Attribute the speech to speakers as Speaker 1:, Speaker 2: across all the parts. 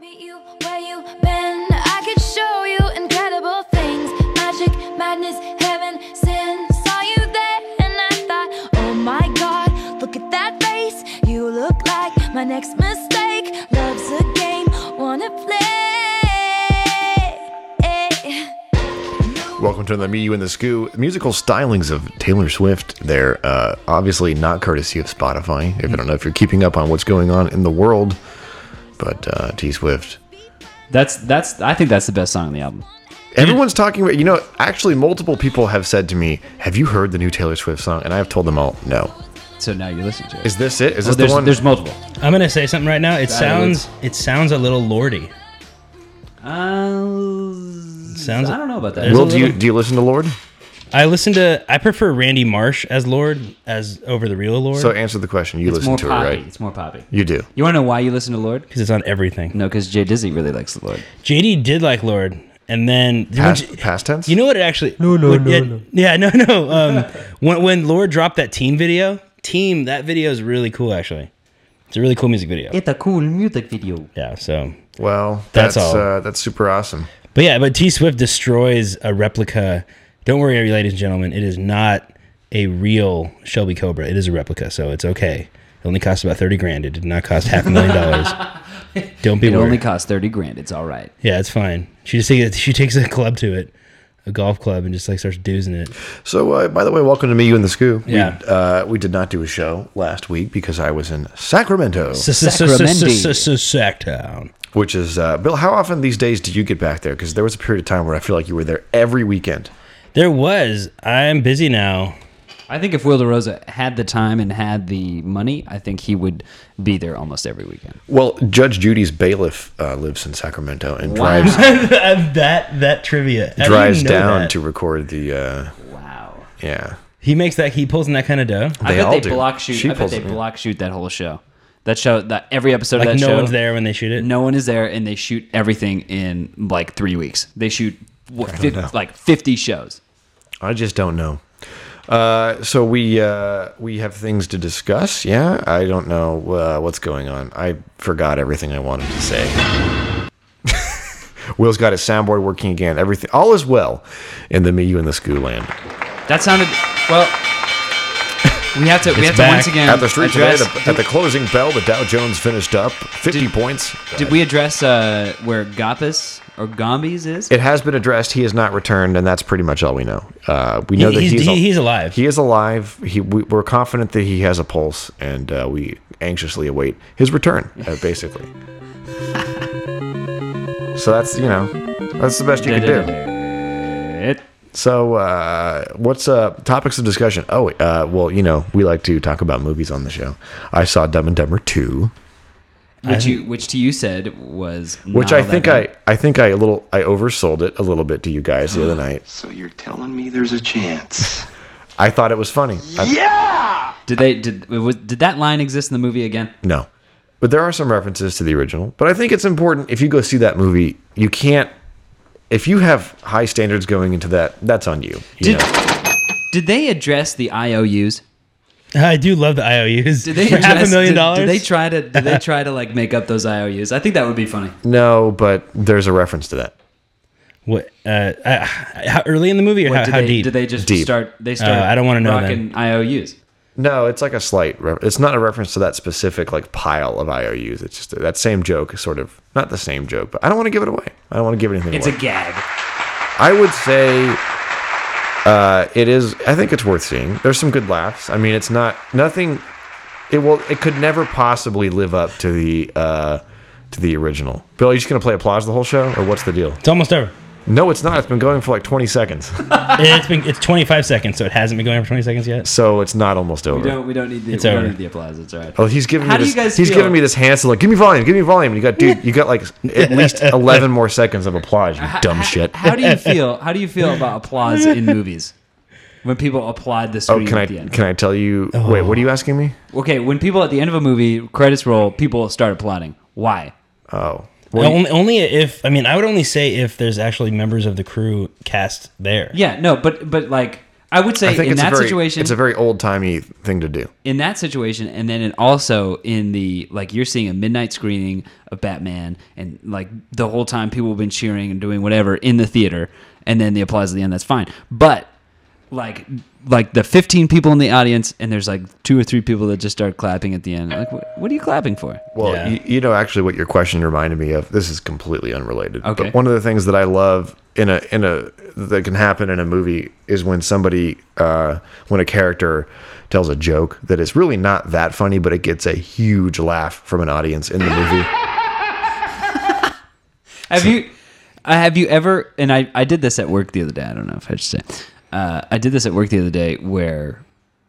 Speaker 1: Meet you where you been. I could show you incredible things. Magic, madness, heaven, sin. Saw you there and I thought, oh my god, look at that face. You look like my next mistake. Love's a game, wanna play.
Speaker 2: Welcome to the Meet You in the Scoo. Musical stylings of Taylor Swift. They're uh, obviously not courtesy of Spotify. If I don't know if you're keeping up on what's going on in the world, but uh, T Swift.
Speaker 3: That's that's. I think that's the best song on the album.
Speaker 2: Everyone's talking about, you know, actually, multiple people have said to me, Have you heard the new Taylor Swift song? And I have told them all, No.
Speaker 3: So now you're listening to it.
Speaker 2: Is this it? Is this
Speaker 3: Well, there's,
Speaker 2: the one?
Speaker 3: there's multiple.
Speaker 4: I'm gonna say something right now. It sounds it sounds a little lordy.
Speaker 3: Uh,
Speaker 4: Sounds-
Speaker 3: I don't know about that.
Speaker 4: there's
Speaker 2: Will,
Speaker 4: a
Speaker 2: do you,
Speaker 4: little-
Speaker 2: do you listen to Lord?
Speaker 4: I listen to I prefer Randy Marsh as Lord as over the real Lord
Speaker 2: So
Speaker 4: because
Speaker 2: answer the question. You
Speaker 3: it's
Speaker 2: listen
Speaker 3: more
Speaker 2: to
Speaker 3: poppy.
Speaker 2: it, right?
Speaker 3: It's more poppy.
Speaker 2: You do.
Speaker 3: You want to know why you listen to Lord?
Speaker 4: it's on everything.
Speaker 3: No, because Jay Dizzy really likes the Lord.
Speaker 4: JD did like Lord, and then
Speaker 2: Past, past tense?
Speaker 4: you know what? It actually no no no, no yeah no no um when when Lord dropped that team video team that video is really cool actually. It's a really cool music video.
Speaker 3: It's a cool music video.
Speaker 4: yeah. So
Speaker 2: well, that's,
Speaker 4: That's all.
Speaker 2: Uh, that's super awesome.
Speaker 4: But yeah, but T Swift destroys a replica. Don't worry, ladies and gentlemen, it is not a real Shelby Cobra. It is a replica, so it's okay. It only cost about thirty grand. It did not cost half a million dollars. Don't be
Speaker 3: It
Speaker 4: worried.
Speaker 3: only costs thirty grand. It's all right.
Speaker 4: yeah, it's fine. She just takes she takes a club to it, a golf club, and just like starts doozing it.
Speaker 2: So, uh, by the way, welcome to me, you and the Scoop.
Speaker 4: Yeah.
Speaker 2: We, uh, we did not do a show last week because I was in Sacramento,
Speaker 3: Sacramento.
Speaker 4: Sacktown.
Speaker 2: which is uh, Bill. How often these days do you get back there? Because there was a period of time where I feel like you were there every weekend.
Speaker 4: There was. I'm busy now.
Speaker 3: I think if Will DeRosa had the time and had the money, I think he would be there almost every weekend.
Speaker 2: Well, Judge Judy's bailiff uh, lives in Sacramento and
Speaker 3: Wow.
Speaker 2: drives
Speaker 4: that that trivia How do you
Speaker 2: drives
Speaker 4: know
Speaker 2: down
Speaker 4: that?
Speaker 2: to record the. Uh,
Speaker 3: Wow.
Speaker 2: yeah,
Speaker 4: He makes that. He pulls in that kind of dough.
Speaker 3: I
Speaker 2: They
Speaker 3: bet
Speaker 2: all
Speaker 3: they
Speaker 2: do.
Speaker 3: block shoot.
Speaker 2: She
Speaker 3: I bet
Speaker 2: pulls
Speaker 3: they
Speaker 2: it, yeah.
Speaker 3: block shoot that whole show. That show, that every episode of
Speaker 4: Like
Speaker 3: that
Speaker 4: no
Speaker 3: show,
Speaker 4: one's there when they shoot it.
Speaker 3: no one is there, and they shoot everything in like three weeks. They shoot what, fif- like fifty shows.
Speaker 2: I just don't know. Uh, so we uh, we have things to discuss. Yeah, I don't know uh, what's going on. I forgot everything I wanted to say. Will's got his soundboard working again. Everything, all is well in the me, you, and the school land.
Speaker 3: That sounded well. We have to. we
Speaker 4: It's
Speaker 3: have to
Speaker 4: back.
Speaker 3: once again
Speaker 2: At the street today,
Speaker 3: address-
Speaker 2: the, at the closing bell, the Dow Jones finished up 50 points.
Speaker 3: Did we address uh, where Gompis or Gombies is?
Speaker 2: It has been addressed. He has not returned, and that's pretty much all we know. Uh, we know that
Speaker 4: he's-
Speaker 2: he's,
Speaker 4: he- he's alive.
Speaker 2: He is alive. He, we, we're confident that he has a pulse, and uh, we anxiously await his return, uh, basically. so that's, you know, that's the best you can do. So uh, what's uh, topics of discussion? Oh, uh, well, you know, we like to talk about movies on the show. I saw Dumb and Dumber 2.
Speaker 3: Which you, which to you said was
Speaker 2: Which
Speaker 3: not
Speaker 2: I
Speaker 4: Oh,
Speaker 3: all that
Speaker 2: think
Speaker 3: bad.
Speaker 2: I, I think I a little I oversold it a little bit to you guys the other night.
Speaker 5: So you're telling me there's a chance?
Speaker 2: I thought it was funny. I-
Speaker 3: did they did was, did that line exist in the movie again?
Speaker 2: No. But there are some references to the original. But I think it's important if you go see that movie, you can't if you have high standards going into that, that's on you. you
Speaker 3: Did-
Speaker 2: know?
Speaker 3: Did they address the IOUs?
Speaker 4: I do love the IOUs.
Speaker 3: Did they
Speaker 4: for half a
Speaker 3: address-
Speaker 4: million
Speaker 3: did-
Speaker 4: dollars?
Speaker 3: Did they try to did they try to like make up those IOUs? I think that would be funny.
Speaker 2: No, but there's a reference to that.
Speaker 4: What? Uh, uh, how early in the movie, or how,
Speaker 3: did
Speaker 4: how
Speaker 3: they,
Speaker 4: deep? Uh,
Speaker 3: Did they just
Speaker 2: Deep.
Speaker 3: start? They start.
Speaker 4: I don't wanna know
Speaker 3: Rocking IOUs.
Speaker 2: No, it's like a slight re- it's not a reference to that specific like pile of IOUs. It's just that same joke is sort of not the same joke, but I don't want to give it away. I don't want to give anything
Speaker 3: It's a
Speaker 2: away.
Speaker 3: gag.
Speaker 2: I would say uh, it is. I think it's worth seeing. There's some good laughs. I mean, it's not nothing. It will. It could never possibly live up to the uh, to the original. Bill, are you just gonna play applause the whole show, or what's the deal?
Speaker 4: it's almost over.
Speaker 2: No, it's not. It's been going for like 20 seconds,
Speaker 4: it's been it's 25 seconds, so it hasn't been going for 20 seconds yet.
Speaker 2: so it's not almost over.
Speaker 3: We don't. We don't need the.
Speaker 4: It's
Speaker 3: we don't
Speaker 4: over.
Speaker 3: need the applause. It's all right.
Speaker 2: Oh, he's giving
Speaker 3: How
Speaker 2: me
Speaker 3: do
Speaker 2: this.
Speaker 3: you guys
Speaker 2: he's
Speaker 3: feel?
Speaker 2: giving me this handsome like, give me volume, give me volume. And you got, dude, you got like at least eleven more seconds of applause. You dumb shit.
Speaker 3: How do you feel? How do you feel about applause in movies? When people applaud the
Speaker 2: Oh,
Speaker 3: screen
Speaker 2: can I
Speaker 3: at the end.
Speaker 2: can I tell you? Wait, what are you asking me?
Speaker 3: okay, when people at the end of a movie credits roll, people start applauding. Why?
Speaker 2: Oh,
Speaker 4: only, only if I mean I would only say if there's actually members of the crew cast there.
Speaker 3: Yeah, no, but but like I would say
Speaker 2: I think
Speaker 3: in
Speaker 2: it's
Speaker 3: that
Speaker 2: a very,
Speaker 3: situation,
Speaker 2: it's a very old timey thing to do.
Speaker 3: in that situation, and then it also in the like you're seeing a midnight screening of Batman, and like the whole time people have been cheering and doing whatever in the theater, and then the applause at the end. That's fine, but like like the 15 people in the audience, and there's like two or three people that just start clapping at the end. Like, what, what are you clapping for?
Speaker 2: Well,
Speaker 4: Yeah.
Speaker 2: you, you know, actually, what your question reminded me of. This is completely unrelated.
Speaker 3: Okay.
Speaker 2: But one of the things that I love in a in a that can happen in a movie is when somebody uh, when a character tells a joke that is really not that funny, but it gets a huge laugh from an audience in the movie.
Speaker 3: Have you uh, have you ever? And I I did this at work the other day. I don't know if I should say. Uh, I did this at work the other day where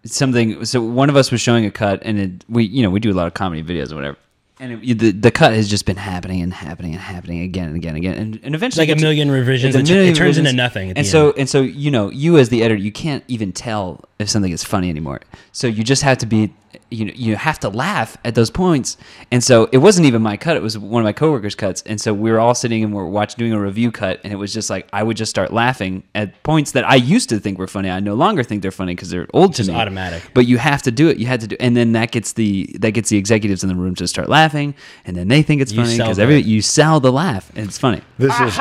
Speaker 3: something. So one of us was showing a cut, and it, we you know we do a lot of comedy videos or whatever. And it, the the cut has just been happening and happening and happening again and again and again, and, and eventually
Speaker 4: like a
Speaker 3: it's-
Speaker 4: million revisions.
Speaker 3: it's a
Speaker 4: It tu- it
Speaker 3: million
Speaker 4: turns into
Speaker 3: revisions.
Speaker 4: nothing at
Speaker 3: And
Speaker 4: the
Speaker 3: so
Speaker 4: end.
Speaker 3: and so you know you as the editor you can't even tell if something is funny anymore so you just have to be you know you have to laugh at those points and so it wasn't even my cut it was one of my coworkers cuts and so we were all sitting and we are watching doing a review cut and it was just like i would just start laughing at points that i used to think were funny i no longer think they're funny because they're old
Speaker 4: Just
Speaker 3: to me
Speaker 4: automatic.
Speaker 3: but you have to do it you had to do and then that gets the that gets the executives in the room to start laughing and then they think it's
Speaker 4: You
Speaker 3: funny
Speaker 4: sell
Speaker 3: because
Speaker 4: the-
Speaker 3: every you sell the laugh and it's funny
Speaker 2: This is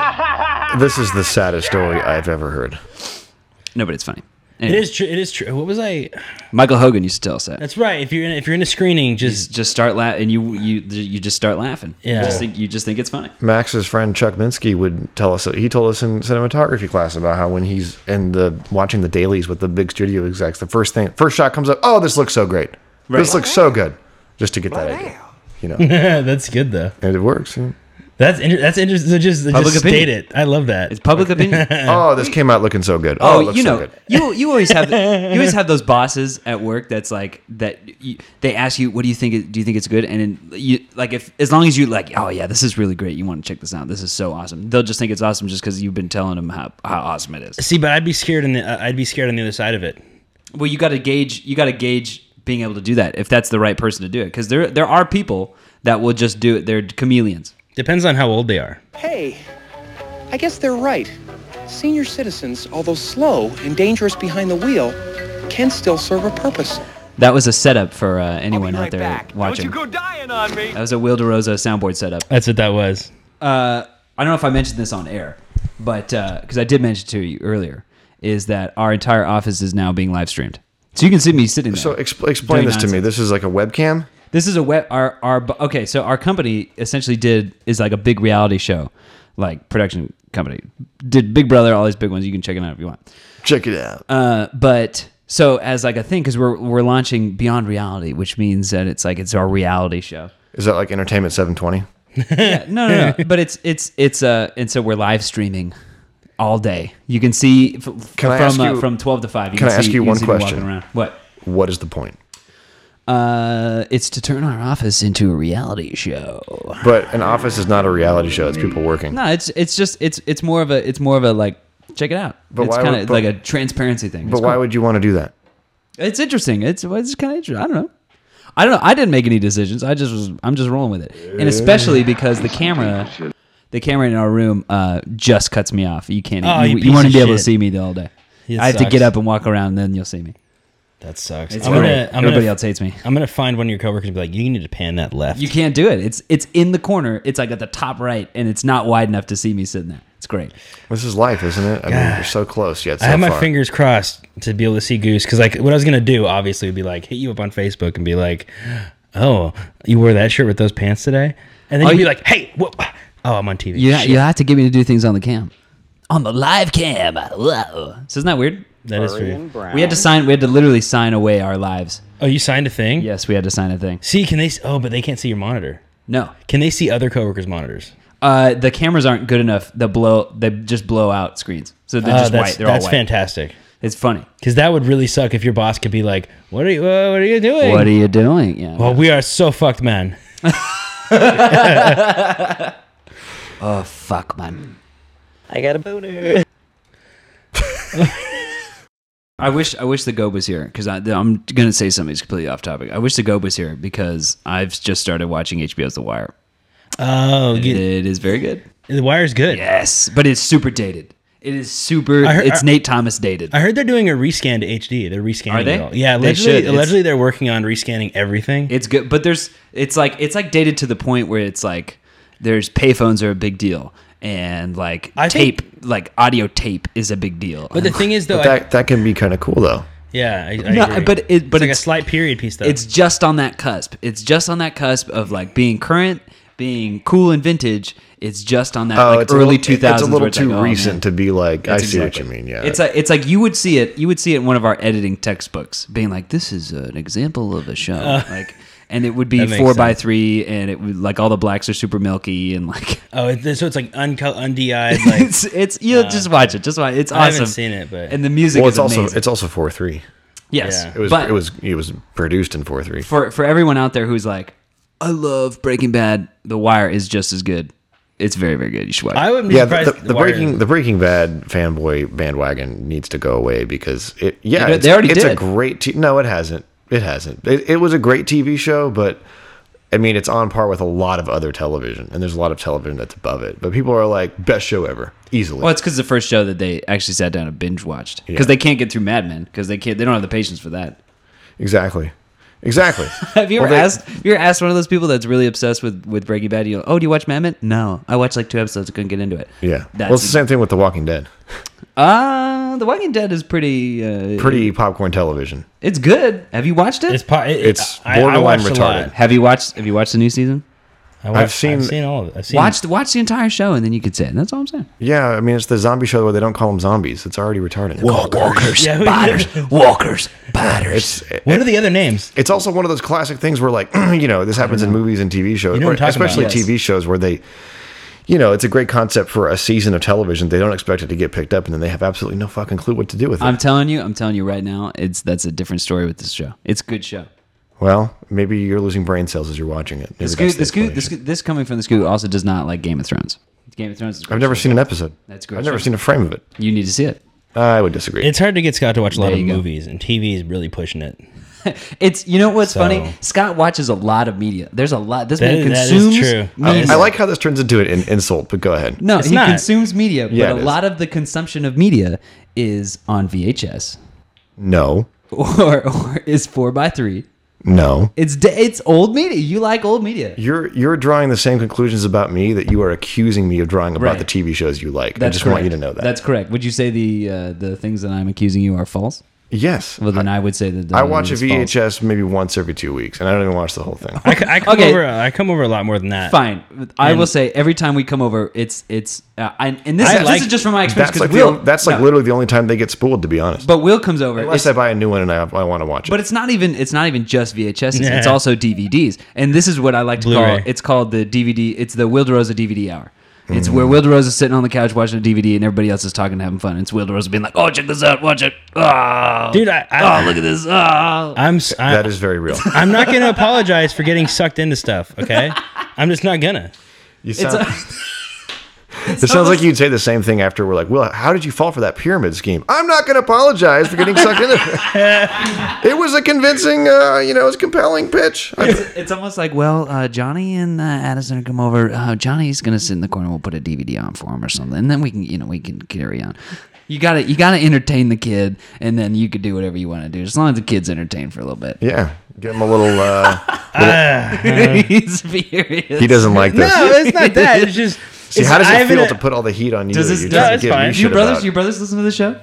Speaker 2: this is the saddest story I've ever heard.
Speaker 3: no but it's funny
Speaker 4: It
Speaker 3: Anyway.
Speaker 4: is true. It is true. What was I?
Speaker 3: Michael Hogan used to tell us that.
Speaker 4: That's right. If you're in, if you're in a screening, just
Speaker 3: just start laughing, and you you you just start laughing.
Speaker 4: Yeah.
Speaker 3: You just think you just think it's funny.
Speaker 2: Max's friend Chuck Minsky would tell us he told us in cinematography class about how when he's in the watching the dailies with the big studio execs, the first thing first shot comes up, oh this looks so great. This looks so good. Just to get that idea. You know.
Speaker 4: that's good though.
Speaker 2: and it works. yeah.
Speaker 4: That's inter- that's interesting. So just,
Speaker 3: Public
Speaker 4: just
Speaker 3: opinion.
Speaker 4: state it. I love that.
Speaker 3: It's public opinion.
Speaker 2: Oh, this came out looking so good. Oh, it
Speaker 3: oh,
Speaker 2: looks
Speaker 3: you
Speaker 2: so
Speaker 3: know,
Speaker 2: good.
Speaker 3: you you always have you always have those bosses at work that's like that. You, they ask you, "What do you think? it- Do you think it's good?" And then you like if as long as you like, "Oh yeah, this is really great. You want to check this out? This is so awesome." They'll just think it's awesome just because you've been telling them how, how awesome it is.
Speaker 4: See, but I'd be scared. In the uh, I'd be scared on the other side of it.
Speaker 3: Well, you got to gauge you got to gauge being able to do that if that's the right person to do it because there there are people that will just do it. They're chameleons.
Speaker 4: Depends on how old they are.
Speaker 6: Hey, I guess they're right. Senior citizens, although slow and dangerous behind the wheel, can still serve a purpose.
Speaker 3: That was a setup for uh, anyone out there watching.
Speaker 7: dying on me.
Speaker 3: That was a Will DeRosa soundboard setup.
Speaker 4: That's what that was.
Speaker 3: Uh, I don't know if I mentioned this on air, but because I did mention to you earlier, is that our entire office is now being live streamed. So you can see me sitting there.
Speaker 2: So expl- explain
Speaker 3: Doing
Speaker 2: this to me.
Speaker 3: nonsense.
Speaker 2: This is like a webcam.
Speaker 3: This is a web. Our our bu- okay. So our company essentially did is like a big reality show, like production company did Big Brother, all these big ones. You can check it out if you want.
Speaker 2: Check it out.
Speaker 3: Uh, but so as like a thing, because we're we're launching Beyond Reality, which means that it's like it's our reality show.
Speaker 2: is that like Entertainment 720?
Speaker 3: no, no, no. But it's it's it's uh, and so we're live streaming all day. You can see f- f-
Speaker 2: Can I
Speaker 3: from
Speaker 2: ask
Speaker 3: uh,
Speaker 2: you-
Speaker 3: from twelve to five. You
Speaker 2: can I
Speaker 3: see,
Speaker 2: ask you
Speaker 3: can
Speaker 2: one
Speaker 3: see me walking
Speaker 2: question?
Speaker 3: around. What?
Speaker 2: What is the point?
Speaker 3: Uh, it's to turn our office into a reality show.
Speaker 2: But an office is not a reality show. It's people working.
Speaker 3: No, it's it's just it's it's more of a it's more of a like check it out.
Speaker 2: But
Speaker 3: it's
Speaker 2: why
Speaker 3: kind
Speaker 2: would-
Speaker 3: of
Speaker 2: but-
Speaker 3: like a transparency thing.
Speaker 2: but why would you want to do that?
Speaker 3: it's interesting? It's it's kind of interesting. I don't know. I don't know. I didn't make any decisions. I just was. I'm just rolling with it, and especially because the camera. The camera in our room uh, just cuts me off. You can't. e,
Speaker 4: Oh,
Speaker 3: you
Speaker 4: you piece
Speaker 3: want to
Speaker 4: of
Speaker 3: be able to
Speaker 4: shit.
Speaker 3: see me the whole day.
Speaker 4: It
Speaker 3: I have to
Speaker 4: sucks.
Speaker 3: get up and walk around, and then you'll see me.
Speaker 4: That sucks.
Speaker 3: It's
Speaker 4: I'm gonna,
Speaker 3: horrible.
Speaker 4: I'm gonna,
Speaker 3: Everybody else hates me.
Speaker 4: I'm gonna find one of your coworkers and be like, "You need to pan that left."
Speaker 3: You can't do it. It's it's in the corner. It's like at the top right, and it's not wide enough to see me sitting there. It's great.
Speaker 2: This is life, isn't it? I mean, you're so close yet so
Speaker 4: I have my
Speaker 2: far.
Speaker 4: fingers crossed to be able to see Goose because, like, what I was gonna do obviously would be like hit you up on Facebook and be like, "Oh, you wore that shirt with those pants today," and then
Speaker 3: Oh,
Speaker 4: you'd be
Speaker 3: you-
Speaker 4: like, "Hey, whoa, ah, oh, I'm on TV."
Speaker 3: You
Speaker 4: Shit.
Speaker 3: you have to get me to do things on the cam, on the live cam. Whoa. So isn't that weird?
Speaker 4: that is true.
Speaker 3: We had to sign. We had to literally sign away our lives.
Speaker 4: Oh, you signed a thing.
Speaker 3: Yes, we had to sign a thing.
Speaker 4: See, can they? s- Oh, but they can't see your monitor.
Speaker 3: No,
Speaker 4: Can they see other coworkers' monitors?
Speaker 3: uh, the cameras aren't good enough. They blow. They just blow out screens, so they're
Speaker 4: Oh,
Speaker 3: just
Speaker 4: that's
Speaker 3: white. They're
Speaker 4: that's
Speaker 3: all white.
Speaker 4: fantastic.
Speaker 3: It's funny.
Speaker 4: Because that would really suck if your boss could be like, "What are you? Uh, what are you doing?
Speaker 3: What are you doing? Yeah.
Speaker 4: well, we are so fucked, man.
Speaker 3: oh fuck, man. I got a boner. I wish I wish the Gob was here because I'm gonna say something that's completely off topic. I wish the Gob was here because I've just started watching HBO's The Wire.
Speaker 4: Oh, get,
Speaker 3: It is very good.
Speaker 4: the wire's good.
Speaker 3: Yes, but it's super dated. It is super.
Speaker 4: I heard-
Speaker 3: it's
Speaker 4: I-
Speaker 3: Nate Thomas dated.
Speaker 4: I heard they're doing a rescan to HD. They're rescanning
Speaker 3: Are they?
Speaker 4: it all. Yeah,
Speaker 3: They
Speaker 4: allegedly,
Speaker 3: should. It's-
Speaker 4: allegedly they're working on rescanning everything.
Speaker 3: It's good, but there's it's like it's like dated to the point where it's like there's payphones are a big deal and like
Speaker 4: I think-
Speaker 3: tape like audio tape is a big deal.
Speaker 4: but the thing is, though,
Speaker 2: But
Speaker 4: I,
Speaker 2: that that can be kind of cool though.
Speaker 4: yeah, I, I
Speaker 3: No,
Speaker 4: agree.
Speaker 3: but it- but
Speaker 4: it's like a
Speaker 3: it's-
Speaker 4: slight period piece, though.
Speaker 3: it's just on that cusp. It's just on that cusp of like being current, being cool and vintage. It's just on that
Speaker 2: Oh,
Speaker 3: like
Speaker 2: it's
Speaker 3: early
Speaker 2: two
Speaker 3: two
Speaker 2: It's
Speaker 3: thousands.
Speaker 2: a little too recent to be like. I
Speaker 3: oh, That's
Speaker 2: see what you
Speaker 3: exactly-
Speaker 2: mean. Yeah.
Speaker 3: It's a, it's like you would see it you would see it in one of our editing textbooks being like this is an example of a show like and it would be
Speaker 4: Uh, That makes
Speaker 3: four by
Speaker 4: sense.
Speaker 3: three and it would like all the blacks are super milky and like
Speaker 4: oh, it, so it's like unco- undi'd. Like,
Speaker 3: it's it's you just watch it just watch it. it's awesome
Speaker 4: Uh, I haven't seen it, but-
Speaker 3: and the music
Speaker 2: well,
Speaker 3: is
Speaker 2: it's also
Speaker 3: amazing.
Speaker 2: it's also four three.
Speaker 3: yes
Speaker 4: Yeah.
Speaker 2: It was
Speaker 3: but
Speaker 2: it was it was produced in four three.
Speaker 3: for for everyone out there who's like I love Breaking Bad The Wire is just as good it's very very good you should watch
Speaker 4: I
Speaker 3: it.
Speaker 4: wouldn't be
Speaker 2: Yeah,
Speaker 4: surprised.
Speaker 2: the,
Speaker 4: if
Speaker 2: the, the
Speaker 4: Wire-
Speaker 2: breaking the Breaking Bad fanboy bandwagon needs to go away because it. Yeah,
Speaker 3: They
Speaker 2: it's,
Speaker 3: already
Speaker 2: it's a
Speaker 3: did.
Speaker 2: great. T- no, it hasn't. It hasn't. It, it was a great TV show, but I mean, it's on par with a lot of other television, and there's a lot of television that's above it. But people are like, best show ever, easily.
Speaker 3: well it's because the first show that they actually sat down and binge watched because
Speaker 2: Yeah.
Speaker 3: they can't get through Mad Men because they can't they don't have the patience for that
Speaker 2: exactly, exactly.
Speaker 3: Have you ever
Speaker 2: Well, they-
Speaker 3: asked? You ever asked one of those people that's really obsessed with with Breaking Bad? You go, oh, do you watch Mad Men? No, I watched like two episodes. I couldn't get into it.
Speaker 2: Yeah.
Speaker 3: that's
Speaker 2: well, it's the same thing with The Walking Dead.
Speaker 3: Uh, The Walking Dead is pretty. Uh,
Speaker 2: Pretty popcorn television.
Speaker 3: It's good. Have you watched it?
Speaker 4: It's po- it-
Speaker 2: It's
Speaker 4: I- I
Speaker 2: borderline
Speaker 4: watched a lot.
Speaker 2: retarded.
Speaker 3: have you watched? Have you watched the new season?
Speaker 4: I watched, I've seen
Speaker 2: seen-
Speaker 4: all of it. I've seen
Speaker 3: Watch the watch the entire show, and then you could say it. That's all I'm saying.
Speaker 2: Yeah, I mean, it's the zombie show where they don't call them zombies. It's already retarded.
Speaker 3: Walkers,
Speaker 4: Yeah, we-
Speaker 3: biters, walkers, biters.
Speaker 2: It's
Speaker 4: What are the other names?
Speaker 2: it's also one of those classic things where like you know this happens in movies and tv shows
Speaker 4: You know what
Speaker 2: or
Speaker 4: I'm talking about.
Speaker 2: especially
Speaker 4: Yes.
Speaker 2: tv shows where they you know it's a great concept for a season of television they don't expect it to get picked up and then they have absolutely no fucking clue what to do with it
Speaker 3: I'm telling you, I'm telling you right now, it's that's a different story with this show. It's a good show.
Speaker 2: well maybe you're losing brain cells as you're watching it Maybe
Speaker 3: The
Speaker 2: that's
Speaker 3: Scoot,
Speaker 2: the
Speaker 3: the Scoot, the
Speaker 2: explanation.
Speaker 3: Scoot- this coming from the Scoot also does not like Game of Thrones. Game of Thrones. Is a
Speaker 2: i've
Speaker 3: great
Speaker 2: never
Speaker 3: show.
Speaker 2: seen an episode
Speaker 3: That's a great
Speaker 2: i've never
Speaker 3: show.
Speaker 2: seen a frame of it
Speaker 3: You need to see it.
Speaker 2: i would disagree
Speaker 4: It's hard to get Scott to watch a lot
Speaker 3: There
Speaker 4: of
Speaker 3: you go.
Speaker 4: movies, and TV is really pushing it.
Speaker 3: It's you know what's
Speaker 4: So-
Speaker 3: funny. Scott watches a lot of media. There's a lot. This
Speaker 4: That
Speaker 3: man
Speaker 4: is- that is
Speaker 3: consumes.
Speaker 4: true.
Speaker 2: I,
Speaker 3: Media.
Speaker 2: I like how this turns into an in- insult but go ahead
Speaker 3: No,
Speaker 4: It's
Speaker 3: he
Speaker 4: not.
Speaker 3: consumes media, but
Speaker 2: Yeah,
Speaker 3: a
Speaker 2: it is.
Speaker 3: lot of the consumption of media is on VHS
Speaker 2: no
Speaker 3: or or is four by three.
Speaker 2: no
Speaker 3: It's da- it's old media. You like old media.
Speaker 2: you're you're drawing the same conclusions about me that you are accusing me of drawing about
Speaker 3: Right.
Speaker 2: the TV shows you like. I just want you to know that.
Speaker 3: That's correct. Would you say the uh, the things that I'm accusing you are false?
Speaker 2: yes.
Speaker 3: Well, then I, would say that. the-
Speaker 2: I watch a
Speaker 3: it's false.
Speaker 2: VHS maybe once every two weeks, and I don't even watch the whole thing.
Speaker 4: I, c- I come
Speaker 3: Okay.
Speaker 4: over. I come over a lot more than that.
Speaker 3: Fine, I will say every time we come over, it's it's uh, and, and this,
Speaker 4: I
Speaker 3: is
Speaker 4: like-
Speaker 3: this is just from my experience
Speaker 2: That's
Speaker 3: because
Speaker 2: like,
Speaker 3: Will
Speaker 2: the, on- that's like
Speaker 3: no,
Speaker 2: literally the only time they get spooled, to be honest.
Speaker 3: but Will comes over.
Speaker 2: Unless I
Speaker 3: it's-
Speaker 2: buy a new one and I, I want to watch it.
Speaker 3: But it's not even it's not even just VHS.
Speaker 4: Yeah.
Speaker 3: It's also DVDs, and this is what I like to
Speaker 4: Blu-ray.
Speaker 3: call it's called the DVD. It's the Wild Rosa DVD hour. It's
Speaker 2: Mm.
Speaker 3: where Wild Rosa is sitting on the couch watching a DVD, and everybody else is talking and having fun. It's Wild Rosa being like, "Oh, check this out, watch it, oh,
Speaker 4: dude. I, I,
Speaker 3: oh, look at this, oh."
Speaker 4: I'm s- I,
Speaker 2: that is very real.
Speaker 4: I'm not gonna apologize for getting sucked into stuff. Okay, I'm just not gonna.
Speaker 2: You
Speaker 3: It's
Speaker 2: sound, it sounds like you'd say the same thing after we're like, well, how did you fall for that pyramid scheme? I'm not going to apologize for getting sucked into it. It was a convincing, uh, you know, it was a compelling pitch. I,
Speaker 3: it's almost like, well, uh, Johnny and uh, Addison come over. Uh, Johnny's gonna sit in the corner. We'll put a DVD on for him or something, and then we can, you know, we can carry on. You gotta, you gotta entertain the kid, and then you could do whatever you want to do, as long as the kid's entertained for a little bit.
Speaker 2: yeah, give him a little. Uh,
Speaker 3: He's furious.
Speaker 2: he doesn't like this.
Speaker 4: No, it's not that. It's just.
Speaker 2: See, how does it feel to put all the heat on you?
Speaker 3: Does
Speaker 2: that
Speaker 3: this-
Speaker 2: you're
Speaker 3: no,
Speaker 2: trying to
Speaker 4: it's
Speaker 2: give me
Speaker 4: fine. You
Speaker 3: Your
Speaker 2: shit
Speaker 3: brothers,
Speaker 2: about?
Speaker 3: your brothers listen to the show.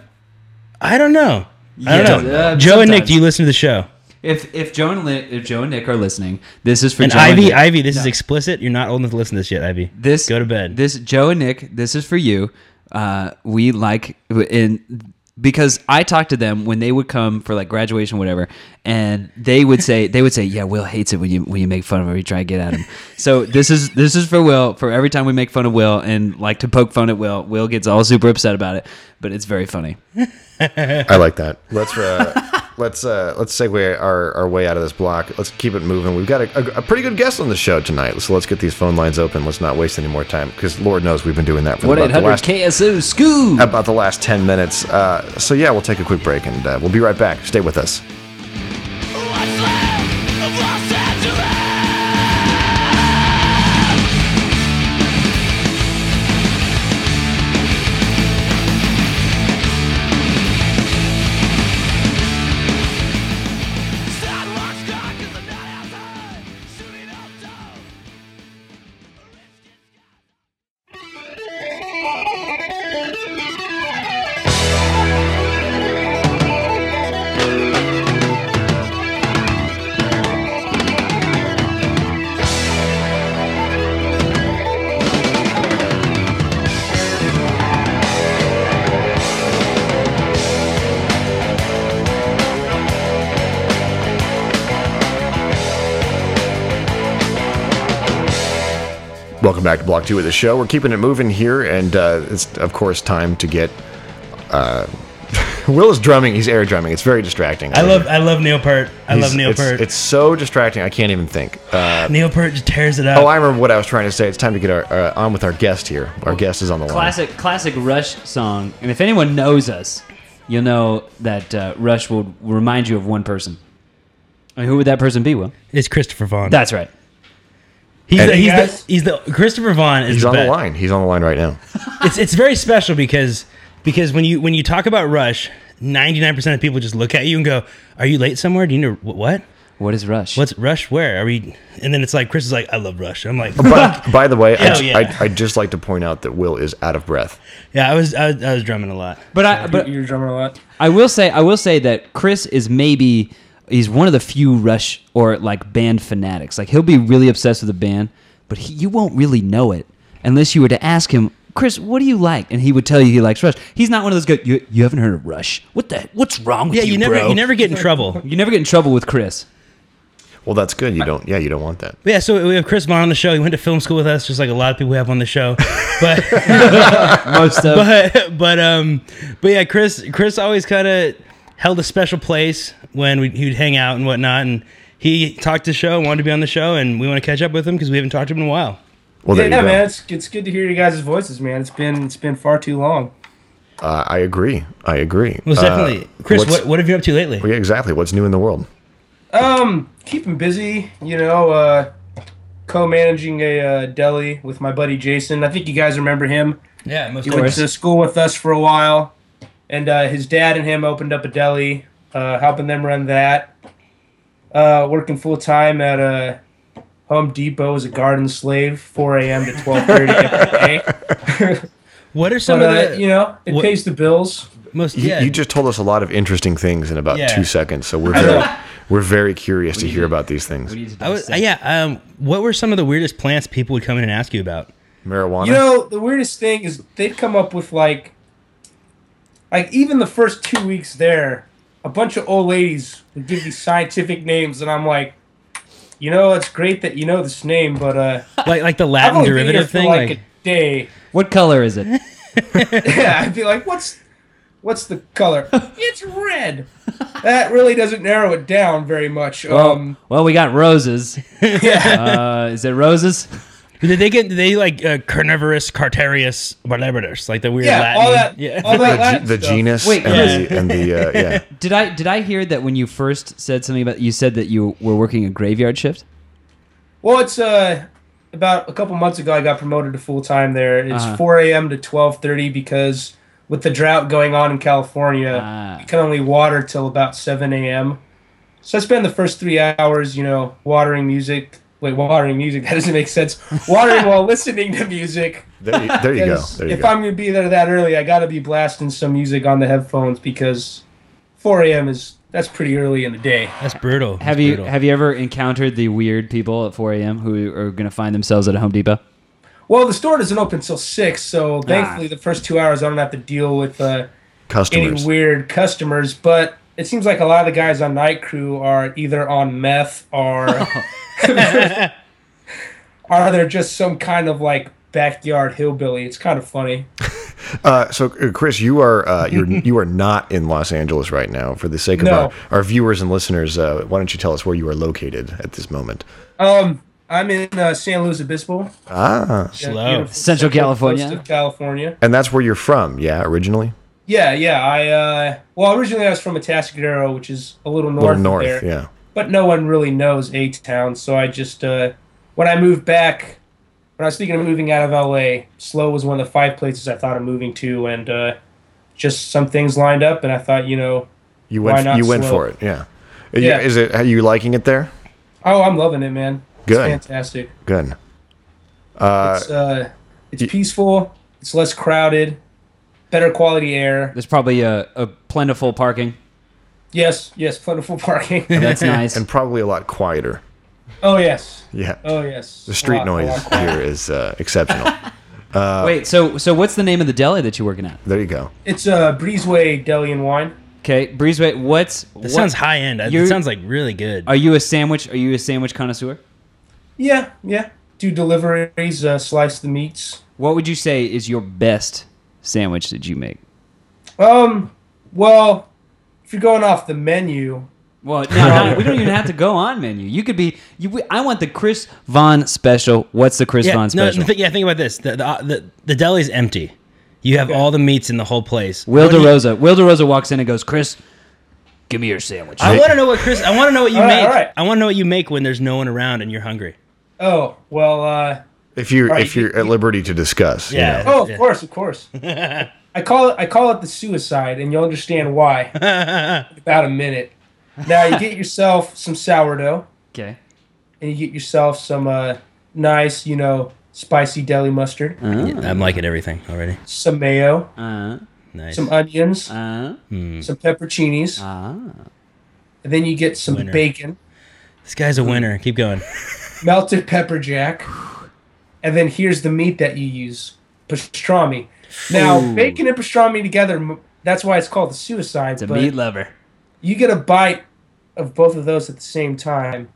Speaker 4: I don't know. I don't
Speaker 3: Yeah,
Speaker 4: know.
Speaker 3: uh,
Speaker 4: Joe and Nick,
Speaker 3: sometimes.
Speaker 4: do you listen to the show?
Speaker 3: If if Joe and Li- if Joe and Nick are listening, this is for
Speaker 4: And
Speaker 3: Joe
Speaker 4: Ivy,
Speaker 3: Nick.
Speaker 4: Ivy, this is explicit. You're not old enough to listen to this yet, Ivy.
Speaker 3: This
Speaker 4: go to bed.
Speaker 3: This Joe and Nick, this is for you. Uh, we like in because I talked to them when they would come for like graduation, whatever, and they would say they would say, "Yeah, Will hates it when you when you make fun of him or you try to get at him." so this is this is for Will. For every time we make fun of Will and like to poke fun at Will, Will gets all super upset about it, but it's very funny.
Speaker 2: I like that. Let's uh, let's uh, let's segue our, our way out of this block. Let's keep it moving. We've got a, a, a pretty good guest on the show tonight, so let's get these phone lines open. Let's not waste any more time because Lord knows we've been doing that for
Speaker 3: One
Speaker 2: about
Speaker 3: eight
Speaker 2: the
Speaker 3: hundred
Speaker 2: last
Speaker 3: KSO Scoo.
Speaker 2: about the last ten minutes. Uh, so yeah, we'll take a quick break and uh, we'll be right back. Stay with us.
Speaker 7: What's left of Los Angeles?
Speaker 2: Welcome back to Block Two of the show. We're keeping it moving here, and uh, it's of course time to get. Uh, Will is drumming. He's air drumming. It's very distracting.
Speaker 4: I love I love Neil Peart. I
Speaker 2: He's-
Speaker 4: love Neil
Speaker 2: it's,
Speaker 4: Peart.
Speaker 2: It's so distracting. I can't even think. Uh,
Speaker 4: Neil Peart just tears it up.
Speaker 2: oh, I remember what I was trying to say. It's time to get our, uh, on with our guest here. Our guest is on the
Speaker 3: classic classic Rush song. And if anyone knows us, you'll know that uh, Rush will remind you of one person. I mean, who would that person be? Will
Speaker 4: it's Christopher Vaughn.
Speaker 3: that's right.
Speaker 4: he's
Speaker 2: And-
Speaker 4: the, he's,
Speaker 3: Yes.
Speaker 4: the, he's the Christopher Vaughn
Speaker 2: line.
Speaker 4: is
Speaker 2: He's
Speaker 4: the
Speaker 2: on the
Speaker 4: best.
Speaker 2: line. He's on the line right now.
Speaker 4: It's it's very special because because when you when you talk about Rush, ninety nine percent of people just look at you and go, "Are you late somewhere? Do you know wh- what?
Speaker 3: What is Rush?
Speaker 4: What's Rush? Where are we?" And then it's like Chris is like, "I love Rush." I'm like,
Speaker 2: But by the way, I,
Speaker 4: Hell yeah.
Speaker 2: I, would just like to point out that Will is out of breath.
Speaker 4: "Yeah, I was I was, I was drumming a lot."
Speaker 3: but I but
Speaker 8: you're drumming a lot.
Speaker 3: I will say I will say that Chris is maybe he's one of the few Rush or like band fanatics. Like he'll be really obsessed with a band, but he, you won't really know it unless you were to ask him, Chris, what do you like? And he would tell you he likes Rush. He's not one of those go you, you haven't heard of Rush. What the what's wrong with
Speaker 4: Yeah,
Speaker 3: you?
Speaker 4: you never
Speaker 3: bro?"
Speaker 4: you never get in trouble.
Speaker 3: You never get in trouble with Chris.
Speaker 2: Well, that's good. You don't. Yeah, you don't want that.
Speaker 4: But yeah, so we have Chris Vaughn on the show. He went to film school with us, just like a lot of people we have on the show. But
Speaker 3: Most uh, of
Speaker 4: but but um but yeah chris chris always kind of held a special place when we, he'd hang out and whatnot and he talked to the show and wanted to be on the show and we want to catch up with him because we haven't talked to him in a while
Speaker 2: Well, there
Speaker 8: yeah,
Speaker 2: you go.
Speaker 8: man, it's it's good to hear you guys' voices, man. It's been it's been far too long.
Speaker 2: Uh, I agree. I agree.
Speaker 4: most
Speaker 2: Uh,
Speaker 4: definitely chris
Speaker 2: what's-
Speaker 4: what, what have you up to lately
Speaker 2: Yeah, exactly. What's new in the world?
Speaker 8: Um, keeping busy, you know, uh, co-managing a uh, deli with my buddy Jason. I think you guys remember him.
Speaker 4: yeah most
Speaker 8: He went to school with us for a while, and uh, his dad and him opened up a deli, uh, helping them run that. Uh, working full time at uh, Home Depot as a garden slave, 4 a.m. to 12:30 every day.
Speaker 4: what are some
Speaker 8: But
Speaker 4: of
Speaker 8: uh,
Speaker 4: the
Speaker 8: you know, it
Speaker 4: what-
Speaker 8: pays the bills.
Speaker 4: most
Speaker 2: You,
Speaker 4: yeah
Speaker 2: you just told us a lot of interesting things in about
Speaker 4: Yeah.
Speaker 2: two seconds, so we're very, we're very curious to hear about these things.
Speaker 4: I was, yeah um what were some of the weirdest plants people would come in and ask you about
Speaker 2: Marijuana.
Speaker 8: You know, the weirdest thing is they'd come up with like, like even the first two weeks there, a bunch of old ladies would give these scientific names, and I'm like, you know, it's great that you know this name, but uh,
Speaker 4: like like the
Speaker 8: I've
Speaker 4: latin
Speaker 8: only been here
Speaker 4: derivative
Speaker 8: for
Speaker 4: thing
Speaker 8: like,
Speaker 4: like
Speaker 8: a day.
Speaker 3: What color is
Speaker 4: Um,
Speaker 3: it?
Speaker 8: Yeah, I'd be like, what's, what's the color? it's red. That really doesn't narrow it down very much. Um,
Speaker 3: well, we got roses. Uh, is it roses?
Speaker 4: did they get did they like uh, carnivorous carterius barnabidus like the weird
Speaker 8: yeah,
Speaker 4: latin
Speaker 8: all that,
Speaker 4: yeah
Speaker 2: the,
Speaker 8: all that
Speaker 2: ge-
Speaker 8: Latin
Speaker 2: the
Speaker 8: stuff.
Speaker 2: genus
Speaker 3: Wait,
Speaker 2: and the, and the uh, yeah.
Speaker 3: Did I did I hear that when you first said something about you said that you were working a graveyard shift?
Speaker 8: Well, it's uh about a couple months ago. I got promoted to full time there. It's
Speaker 3: Uh-huh.
Speaker 8: 4 a.m. to 12:30 because with the drought going on in California,
Speaker 3: Ah.
Speaker 8: you can only water till about 7 a.m. So I spend the first three hours, you know, watering music. Wait, watering music? That doesn't make sense. Watering while listening to music.
Speaker 2: There you, there you go.
Speaker 8: 'Cause
Speaker 2: There you
Speaker 8: if
Speaker 2: go.
Speaker 8: I'm gonna be there that early, I gotta be blasting some music on the headphones because 4 a.m. is that's pretty early in the day.
Speaker 4: that's brutal
Speaker 3: Have
Speaker 4: That's
Speaker 3: you
Speaker 4: brutal.
Speaker 3: have you ever encountered the weird people at 4 a.m. who are going to find themselves at a Home Depot?
Speaker 8: Well, the store doesn't open till six, so thankfully the first two hours I don't have to deal with uh, any
Speaker 2: Customers.
Speaker 8: weird customers. But it seems like a lot of the guys on night crew are either on meth or are they're just some kind of like backyard hillbilly. It's kind of funny.
Speaker 2: Uh, so, uh, Chris, you are uh, you're you are not in Los Angeles right now. For the sake of
Speaker 8: No.
Speaker 2: our, our viewers and listeners, uh, why don't you tell us where you are located at this moment?
Speaker 8: Um, I'm in uh, San Luis Obispo,
Speaker 2: Ah,
Speaker 8: Yeah,
Speaker 4: Slow.
Speaker 8: beautiful
Speaker 3: Central California.
Speaker 8: coast of California.
Speaker 2: and that's where you're from, yeah, originally.
Speaker 8: Yeah, yeah. I uh, well, originally I was from Atascadero, which is a little north.
Speaker 2: Little
Speaker 8: of
Speaker 2: north,
Speaker 8: there.
Speaker 2: yeah.
Speaker 8: but no one really knows A Town. So I just, uh, when I moved back, when I was thinking of moving out of LA, Slow was one of the five places I thought of moving to, and uh, just some things lined up, and I thought, you know,
Speaker 2: You
Speaker 8: Why
Speaker 2: went
Speaker 8: not
Speaker 2: you went
Speaker 8: slow?
Speaker 2: for it, yeah.
Speaker 8: Yeah.
Speaker 2: Is it are you liking it there?
Speaker 8: oh, I'm loving it, man.
Speaker 2: Good.
Speaker 8: It's fantastic.
Speaker 2: Good. Uh,
Speaker 8: It's, uh, it's peaceful. It's less crowded. Better quality air.
Speaker 3: There's probably a, a plentiful parking.
Speaker 8: Yes, yes, plentiful parking.
Speaker 3: That's nice.
Speaker 2: and probably a lot quieter.
Speaker 8: oh yes,
Speaker 2: Yeah.
Speaker 8: oh yes.
Speaker 2: the street noise here is uh, exceptional.
Speaker 3: Wait, so so what's the name of the deli that you're working at?
Speaker 2: there you go.
Speaker 8: It's a uh, breezeway deli and wine.
Speaker 3: Okay, Breezeway. What's
Speaker 4: that
Speaker 3: what- Oh,
Speaker 4: sounds high end. It
Speaker 3: You're-
Speaker 4: sounds like really good.
Speaker 3: Are you a sandwich? Are you a sandwich connoisseur?
Speaker 8: Yeah, yeah. do deliveries, uh, slice the meats.
Speaker 3: What would you say is your best sandwich that you make?
Speaker 8: Um, well, if you're going off the menu,
Speaker 3: Well, no, no, we don't even have to go on menu. You could be. You, we, I want the Chris Von special. What's the Chris Von
Speaker 4: no,
Speaker 3: special?
Speaker 4: th- yeah, think about this. The, the, uh, the, the deli's empty. You have all the meats in the whole place.
Speaker 3: Will
Speaker 4: What do you-
Speaker 3: DeRosa. Will DeRosa walks in and goes, Chris, give me your sandwich.
Speaker 4: I want to know what Chris. I want to know what you
Speaker 8: All right,
Speaker 4: make.
Speaker 8: all right.
Speaker 4: I want to know what you make when there's no one around and you're hungry.
Speaker 8: oh well. Uh,
Speaker 2: If you're
Speaker 8: Right,
Speaker 2: if you're at liberty to discuss, yeah.
Speaker 4: Yeah.
Speaker 8: oh, of course, of course. I call it I call it the suicide, and you'll understand why. in about a minute. Now you get yourself some sourdough,
Speaker 3: okay.
Speaker 8: and you get yourself some uh, nice, you know, spicy deli mustard,
Speaker 4: I'm liking everything already.
Speaker 8: some mayo,
Speaker 3: Uh,
Speaker 4: Nice.
Speaker 8: some onions,
Speaker 3: uh,
Speaker 8: some pepperoncinis, and then you get some
Speaker 4: Ah. Winner.
Speaker 8: bacon,
Speaker 4: This guy's
Speaker 8: Hmm.
Speaker 4: a winner. Keep going.
Speaker 8: melted pepper jack, and then here's the meat that you use, pastrami. Now
Speaker 3: Ooh.
Speaker 8: bacon and pastrami together, m- that's why it's called the suicide.
Speaker 3: it's a
Speaker 8: but
Speaker 3: meat lover.
Speaker 8: you get a bite of both of those at the same time.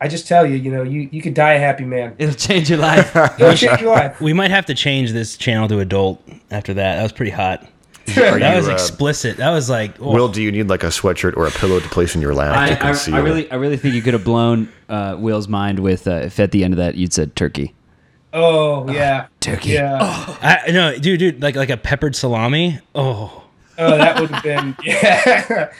Speaker 8: I just tell you, you know, you, you could die a happy man.
Speaker 3: It'll change your life.
Speaker 8: It'll change your life.
Speaker 4: We might have to change this channel to adult after that. That was pretty hot.
Speaker 2: Are
Speaker 4: That
Speaker 2: you,
Speaker 4: was
Speaker 2: uh,
Speaker 4: explicit. That was like, oh,
Speaker 2: Will, do you need like a sweatshirt or a pillow to place in your lap
Speaker 3: I,
Speaker 2: to
Speaker 3: I,
Speaker 2: conceal?
Speaker 3: I really, I really think you could have blown uh, Will's mind with uh, if at the end of that you'd said turkey.
Speaker 8: Oh yeah,
Speaker 3: Turkey.
Speaker 8: yeah.
Speaker 4: I, no, dude, dude, like like a peppered salami. Oh,
Speaker 8: Oh, that would have been yeah.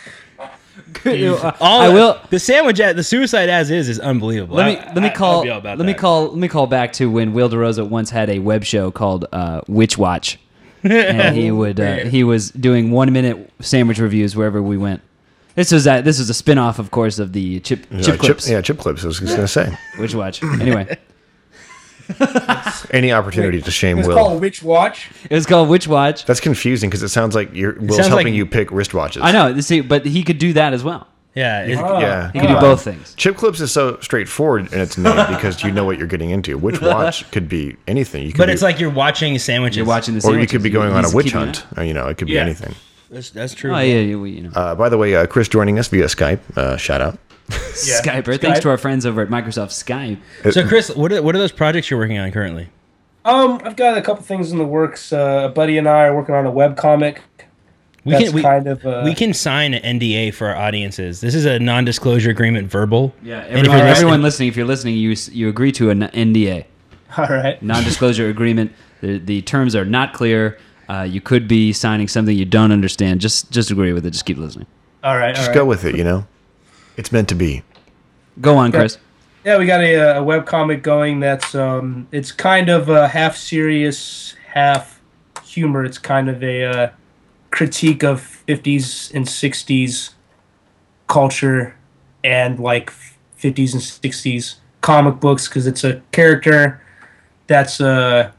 Speaker 4: all
Speaker 3: I will.
Speaker 4: The sandwich, at, the suicide as is, is unbelievable.
Speaker 3: Let me
Speaker 4: I-
Speaker 3: let me
Speaker 4: I- I'd
Speaker 3: call
Speaker 4: be all
Speaker 3: let
Speaker 4: about
Speaker 3: me
Speaker 4: that.
Speaker 3: call let me call back to when Will DeRosa once had a web show called uh, Witch Watch, and he would uh, he was doing one minute sandwich reviews wherever we went. This was that this was a spin off, of course, of the chip
Speaker 2: Yeah,
Speaker 3: chip clips.
Speaker 2: yeah, Uh, chip clips. I was just gonna say,
Speaker 3: Witch Watch. Anyway,
Speaker 2: any opportunity to shame
Speaker 8: It's
Speaker 2: Will.
Speaker 8: called Witch Watch.
Speaker 3: it was called Witch Watch.
Speaker 2: That's confusing because it sounds like you're Will's
Speaker 4: sounds
Speaker 2: helping
Speaker 4: like-
Speaker 2: you pick wristwatches.
Speaker 3: I know. See, but he could do that as well.
Speaker 4: Yeah, it-
Speaker 2: Yeah,
Speaker 3: He could do both things.
Speaker 2: Chip clips is so straightforward in its name because you know what you're getting into. Which watch could be anything. You could
Speaker 4: but
Speaker 2: be-
Speaker 4: it's like you're watching sandwiches.
Speaker 3: You're watching this,
Speaker 2: or you could be going on a witch hunt. Uh, You know, it could be
Speaker 8: Yeah.
Speaker 2: anything.
Speaker 4: That's, that's true.
Speaker 3: Oh yeah, yeah, we, you know.
Speaker 2: Uh, by the way, uh, Chris joining us via Skype. Uh, shout out.
Speaker 8: Yeah.
Speaker 3: Skype. Or Thanks to our friends over at Microsoft Skype.
Speaker 4: So, Chris, what are, what are those projects you're working on currently?
Speaker 8: Um, I've got a couple things in the works. Uh, a buddy and I are working on a web comic.
Speaker 4: We
Speaker 8: That's
Speaker 4: we,
Speaker 8: kind of uh,
Speaker 4: we can sign an NDA for our audiences. This is a non-disclosure agreement, verbal.
Speaker 3: Yeah,
Speaker 4: And if
Speaker 3: everyone,
Speaker 4: you're
Speaker 3: everyone listening, if you're listening, you s- you agree to an NDA,
Speaker 8: all right.
Speaker 3: non-disclosure agreement. The, the terms are not clear. Uh, you could be signing something you don't understand. Just just agree with it. Just keep listening.
Speaker 8: All right,
Speaker 2: Just
Speaker 8: all right.
Speaker 2: go with it. You know, it's meant to be.
Speaker 3: Go on, Chris.
Speaker 8: Yeah, we got a, uh, a web comic going. That's um, it's kind of uh, half serious, half humor. It's kind of a uh, critique of '50s and '60s culture and like '50s and '60s comic books because it's a character that's uh,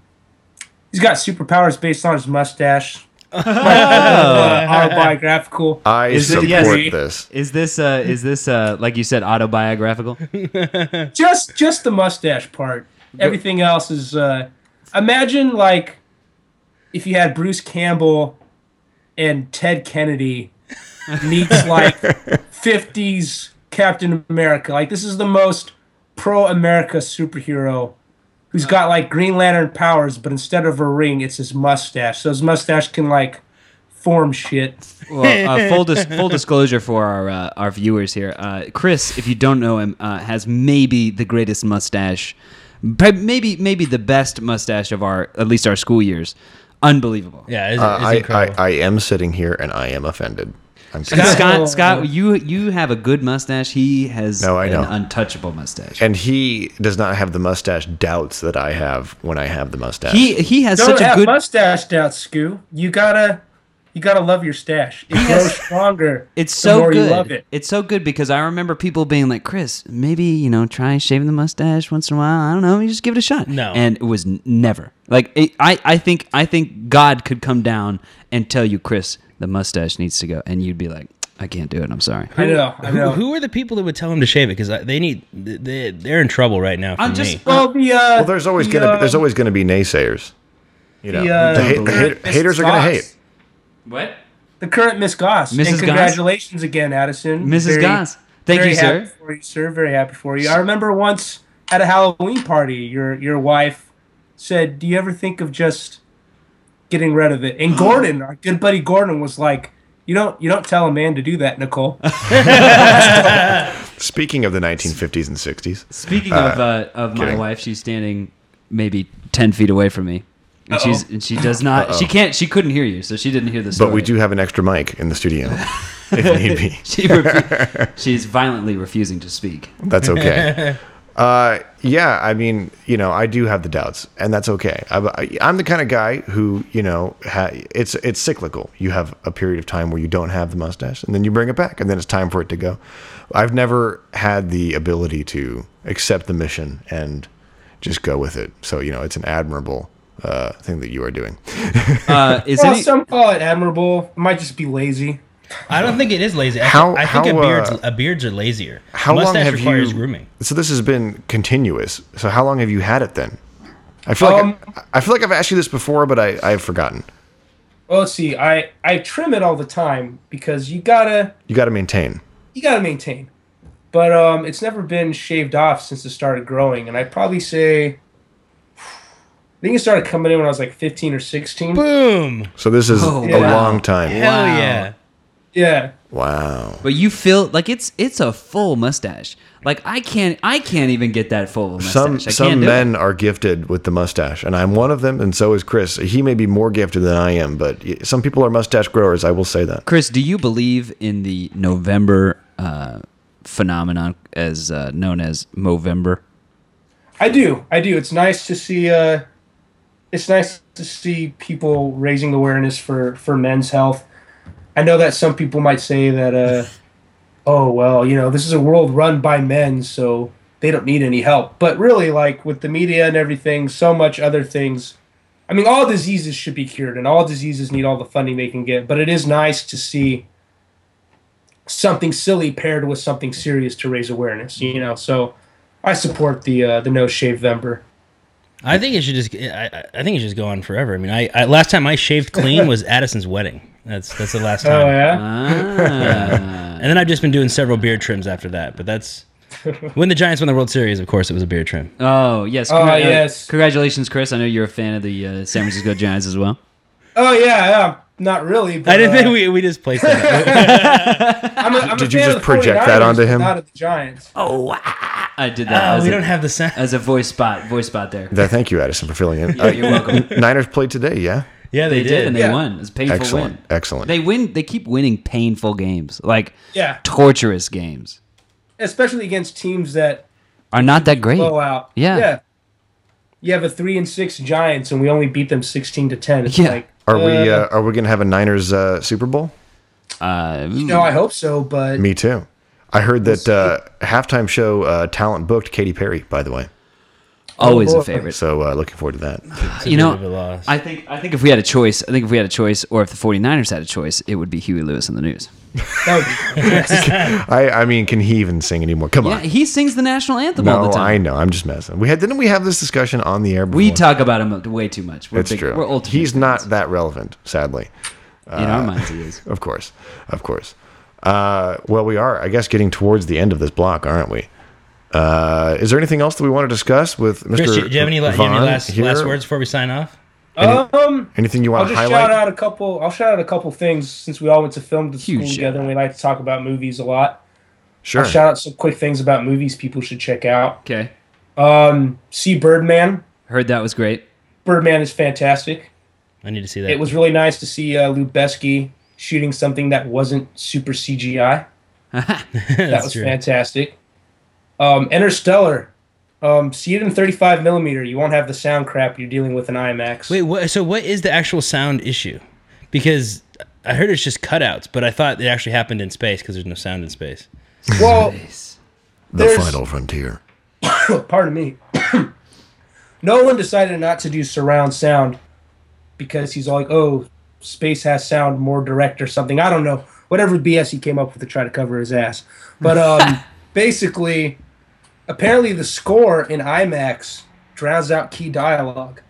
Speaker 8: he's got superpowers based on his mustache. uh, autobiographical.
Speaker 2: Oh. I
Speaker 3: Is it-
Speaker 2: support
Speaker 3: yes.
Speaker 2: this.
Speaker 3: Is this uh, is this uh, like you said autobiographical?
Speaker 8: just just the mustache part. Everything else is uh imagine like if you had Bruce Campbell and Ted Kennedy meets like 50s Captain America. Like this is the most pro America superhero who's got like Green Lantern powers, but instead of a ring, it's his mustache. So his mustache can like form shit.
Speaker 3: Well, uh, full dis- full disclosure for our uh, our viewers here, uh, Chris, if you don't know him, uh, has maybe the greatest mustache, prob- maybe maybe the best mustache of our at least our school years. Unbelievable.
Speaker 4: Yeah, it's,
Speaker 2: Uh,
Speaker 4: it's
Speaker 2: I, I,
Speaker 4: incredible.
Speaker 2: I am sitting here and I am offended. I'm
Speaker 3: Scott,
Speaker 2: sorry.
Speaker 3: Scott, you you have a good mustache. He has
Speaker 2: No, I
Speaker 3: an
Speaker 2: know.
Speaker 3: untouchable mustache.
Speaker 2: and he does not have the mustache doubts that I have when I have the mustache.
Speaker 3: he he has
Speaker 8: Don't
Speaker 3: such a
Speaker 8: have
Speaker 3: good.
Speaker 8: mustache doubt, Scoo. You gotta you gotta love your stash. It grows stronger.
Speaker 3: It's
Speaker 8: the
Speaker 3: so
Speaker 8: more
Speaker 3: good.
Speaker 8: You love it.
Speaker 3: It's so good because I remember people being like, "Chris, maybe you know, try shaving the mustache once in a while. I don't know, you just give it a shot."
Speaker 4: No.
Speaker 3: and it was n- never like it, I. I think I think God could come down and tell you, Chris, the mustache needs to go, and you'd be like, "I can't do it. I'm sorry."
Speaker 8: I know. I
Speaker 4: who,
Speaker 8: know.
Speaker 4: who are the people that would tell him to shave it? Because they need they they're in trouble right now. For
Speaker 3: I'm
Speaker 4: me.
Speaker 3: just
Speaker 8: well, the uh, uh,
Speaker 2: well, there's always gonna be, there's always gonna be naysayers. You know, the, ha- the hater- haters are gonna hate.
Speaker 3: what
Speaker 8: The current Miss Goss.
Speaker 3: Mrs.
Speaker 8: And
Speaker 3: Goss?
Speaker 8: congratulations again, Addison.
Speaker 3: Mrs. Goss. Thank
Speaker 8: very
Speaker 3: you,
Speaker 8: happy
Speaker 3: sir.
Speaker 8: For you, sir. Very happy for you. I remember once at a Halloween party, your your wife said, "Do you ever think of just getting rid of it?" And Gordon, our good buddy Gordon, was like, "You don't you don't tell a man to do that, Nicole."
Speaker 2: Speaking of the 1950s and 60s,
Speaker 3: Speaking of uh, of my
Speaker 2: kidding.
Speaker 3: wife, she's standing maybe ten feet away from me, and she's
Speaker 8: Uh-oh.
Speaker 3: and she does not. She can't. She couldn't hear you, so she didn't hear this.
Speaker 2: but we do have an extra mic in the studio if need be.
Speaker 3: She refu- she's violently refusing to speak.
Speaker 2: That's okay. uh, yeah, I mean, you know, I do have the doubts, and that's okay. I, I'm the kind of guy who, you know, ha, it's it's cyclical. You have a period of time where you don't have the mustache, and then you bring it back, and then it's time for it to go. I've never had the ability to accept the mission and just go with it. So you know, it's an admirable uh, thing that you are doing.
Speaker 3: Uh, is
Speaker 8: well,
Speaker 3: any,
Speaker 8: some call it admirable. It might just be lazy.
Speaker 4: I don't think it is lazy. I,
Speaker 2: How-
Speaker 4: think, I think
Speaker 2: how,
Speaker 4: a beard's
Speaker 2: uh,
Speaker 4: a beards are lazier.
Speaker 2: How long
Speaker 4: Mustache
Speaker 2: have
Speaker 4: requires
Speaker 2: you?
Speaker 4: grooming.
Speaker 2: So this has been continuous. So how long have you had it then? I feel
Speaker 8: Um,
Speaker 2: like I, I feel like I've asked you this before, but I, I've forgotten.
Speaker 8: Well, let's see. I I trim it all the time because you gotta
Speaker 2: You got to maintain.
Speaker 8: you gotta maintain. But um, it's never been shaved off since it started growing, and I'd probably say, I think it started coming in when I was like 15 or 16.
Speaker 4: Boom!
Speaker 2: So this is
Speaker 3: Oh,
Speaker 2: a
Speaker 8: wow.
Speaker 2: long time.
Speaker 4: Hell
Speaker 3: Wow.
Speaker 4: yeah!
Speaker 8: Yeah.
Speaker 2: Wow.
Speaker 3: but you feel like it's it's a full mustache. Like I can't I can't even get that full of a mustache.
Speaker 2: Some
Speaker 3: I
Speaker 2: some
Speaker 3: can't do
Speaker 2: men
Speaker 3: it.
Speaker 2: are gifted with the mustache, and I'm one of them, and so is Chris. He may be more gifted than I am, but y- some people are mustache growers. I will say that.
Speaker 3: Chris, do you believe in the November uh, phenomenon as uh, known as Movember?
Speaker 8: I do. I do. It's nice to see. Uh, it's nice to see people raising awareness for for men's health. I know that some people might say that, uh, oh well, you know, this is a world run by men, so they don't need any help. But really, like with the media and everything, so much other things. I mean, all diseases should be cured, and all diseases need all the funding they can get. But it is nice to see something silly paired with something serious to raise awareness. You know, so. I support the uh, the no shave Vember.
Speaker 4: I think it should just. I, I- I think it should just go on forever. I mean, I, I last time I shaved clean was Addison's wedding. That's that's the last time.
Speaker 8: Oh yeah,
Speaker 3: Ah.
Speaker 4: And then I've just been doing several beard trims after that. But that's when the Giants won the World Series. Of course, it was a beard trim.
Speaker 3: oh yes.
Speaker 8: Oh, yes.
Speaker 3: Congratulations, Chris. I know you're a fan of the uh, San Francisco Giants as well.
Speaker 8: oh yeah, yeah. Not really. But,
Speaker 4: I didn't
Speaker 8: uh,
Speaker 4: think we, we just placed that.
Speaker 8: I'm a, I'm a
Speaker 2: Did you
Speaker 8: fan
Speaker 2: just
Speaker 8: of the
Speaker 2: project that
Speaker 8: 49ers,
Speaker 2: onto
Speaker 8: but
Speaker 2: him?
Speaker 8: Not of the Giants.
Speaker 3: Oh, ah, I did that.
Speaker 4: oh,
Speaker 3: as
Speaker 4: we
Speaker 3: a-
Speaker 4: don't have the sound.
Speaker 3: as a voice spot voice spot there.
Speaker 2: Th- Thank you, Addison, for filling in. Uh,
Speaker 3: You're welcome.
Speaker 2: Niners played today, yeah.
Speaker 4: Yeah,
Speaker 3: They did, and they
Speaker 8: Yeah.
Speaker 3: won. It's a painful
Speaker 2: Excellent,
Speaker 3: win.
Speaker 2: excellent.
Speaker 3: They win. They keep winning painful games, like
Speaker 8: Yeah,
Speaker 3: torturous games,
Speaker 8: especially against teams that
Speaker 3: are not that great.
Speaker 8: blow out.
Speaker 3: Yeah.
Speaker 8: yeah. You have a three and six Giants, and we only beat them sixteen to ten. It's
Speaker 3: Yeah.
Speaker 8: like,
Speaker 2: Are we uh, are we gonna have a Niners uh, Super Bowl?
Speaker 3: Uh,
Speaker 8: no, I hope so, but
Speaker 2: Me too. I heard that uh, halftime show uh, talent booked Katy Perry. By the way,
Speaker 3: always
Speaker 8: Oh,
Speaker 3: a
Speaker 8: boy.
Speaker 3: favorite.
Speaker 2: so uh, looking forward to that.
Speaker 3: You
Speaker 4: bit of a
Speaker 3: know,
Speaker 4: loss.
Speaker 3: I think I think if we had a choice, I think if we had a choice, or if the 49ers had a choice, it would be Huey Lewis in the news.
Speaker 8: that would be-
Speaker 2: I I mean, can he even sing anymore? Come
Speaker 3: Yeah,
Speaker 2: on.
Speaker 3: he sings the national anthem all
Speaker 2: No,
Speaker 3: the
Speaker 2: I
Speaker 3: time.
Speaker 2: know. I'm just messing. We had didn't we have this discussion on the air? Before?
Speaker 3: we talk about him way too much. We're
Speaker 2: It's
Speaker 3: big,
Speaker 2: true.
Speaker 3: We're old.
Speaker 2: He's
Speaker 3: fans.
Speaker 2: not uh, that relevant, sadly.
Speaker 3: in our minds. He is.
Speaker 2: Of course, of course. Uh, well, we are, I guess, getting towards the end of this block, aren't we? Uh, is there anything else that we want to discuss with Mr.
Speaker 4: Chris, do you do you have any, la- you have any
Speaker 2: Vaughn
Speaker 4: last,
Speaker 2: here?
Speaker 4: last words before we sign off?
Speaker 8: um,
Speaker 2: Anything you
Speaker 8: I'll
Speaker 2: want to
Speaker 8: just shout
Speaker 2: highlight?
Speaker 8: out a couple. I'll shout out a couple things since we all went to film to school
Speaker 3: Huge shout
Speaker 8: together, and we like to talk about movies a lot.
Speaker 2: Sure.
Speaker 8: I'll shout out some quick things about movies people should check out.
Speaker 3: Okay,
Speaker 8: Um, see Birdman.
Speaker 3: heard that was great.
Speaker 8: Birdman is fantastic.
Speaker 4: I need to see that.
Speaker 8: It was really nice to see uh, Lubeski shooting something that wasn't super CGI. that was
Speaker 4: true.
Speaker 8: fantastic. Um, Interstellar. Um, see it in 35 millimeter. You won't have the sound crap you're dealing with in IMAX.
Speaker 4: Wait, what, so what is the actual sound issue? Because I heard it's just cutouts, but I thought it actually happened in space because there's no sound in space.
Speaker 8: well,
Speaker 2: the
Speaker 8: there's-
Speaker 2: final frontier.
Speaker 8: pardon me. Nolan decided not to do surround sound because he's like, oh, space has sound more direct or something. I don't know. Whatever BS he came up with to try to cover his ass. But um, basically, apparently the score in IMAX drowns out key dialogue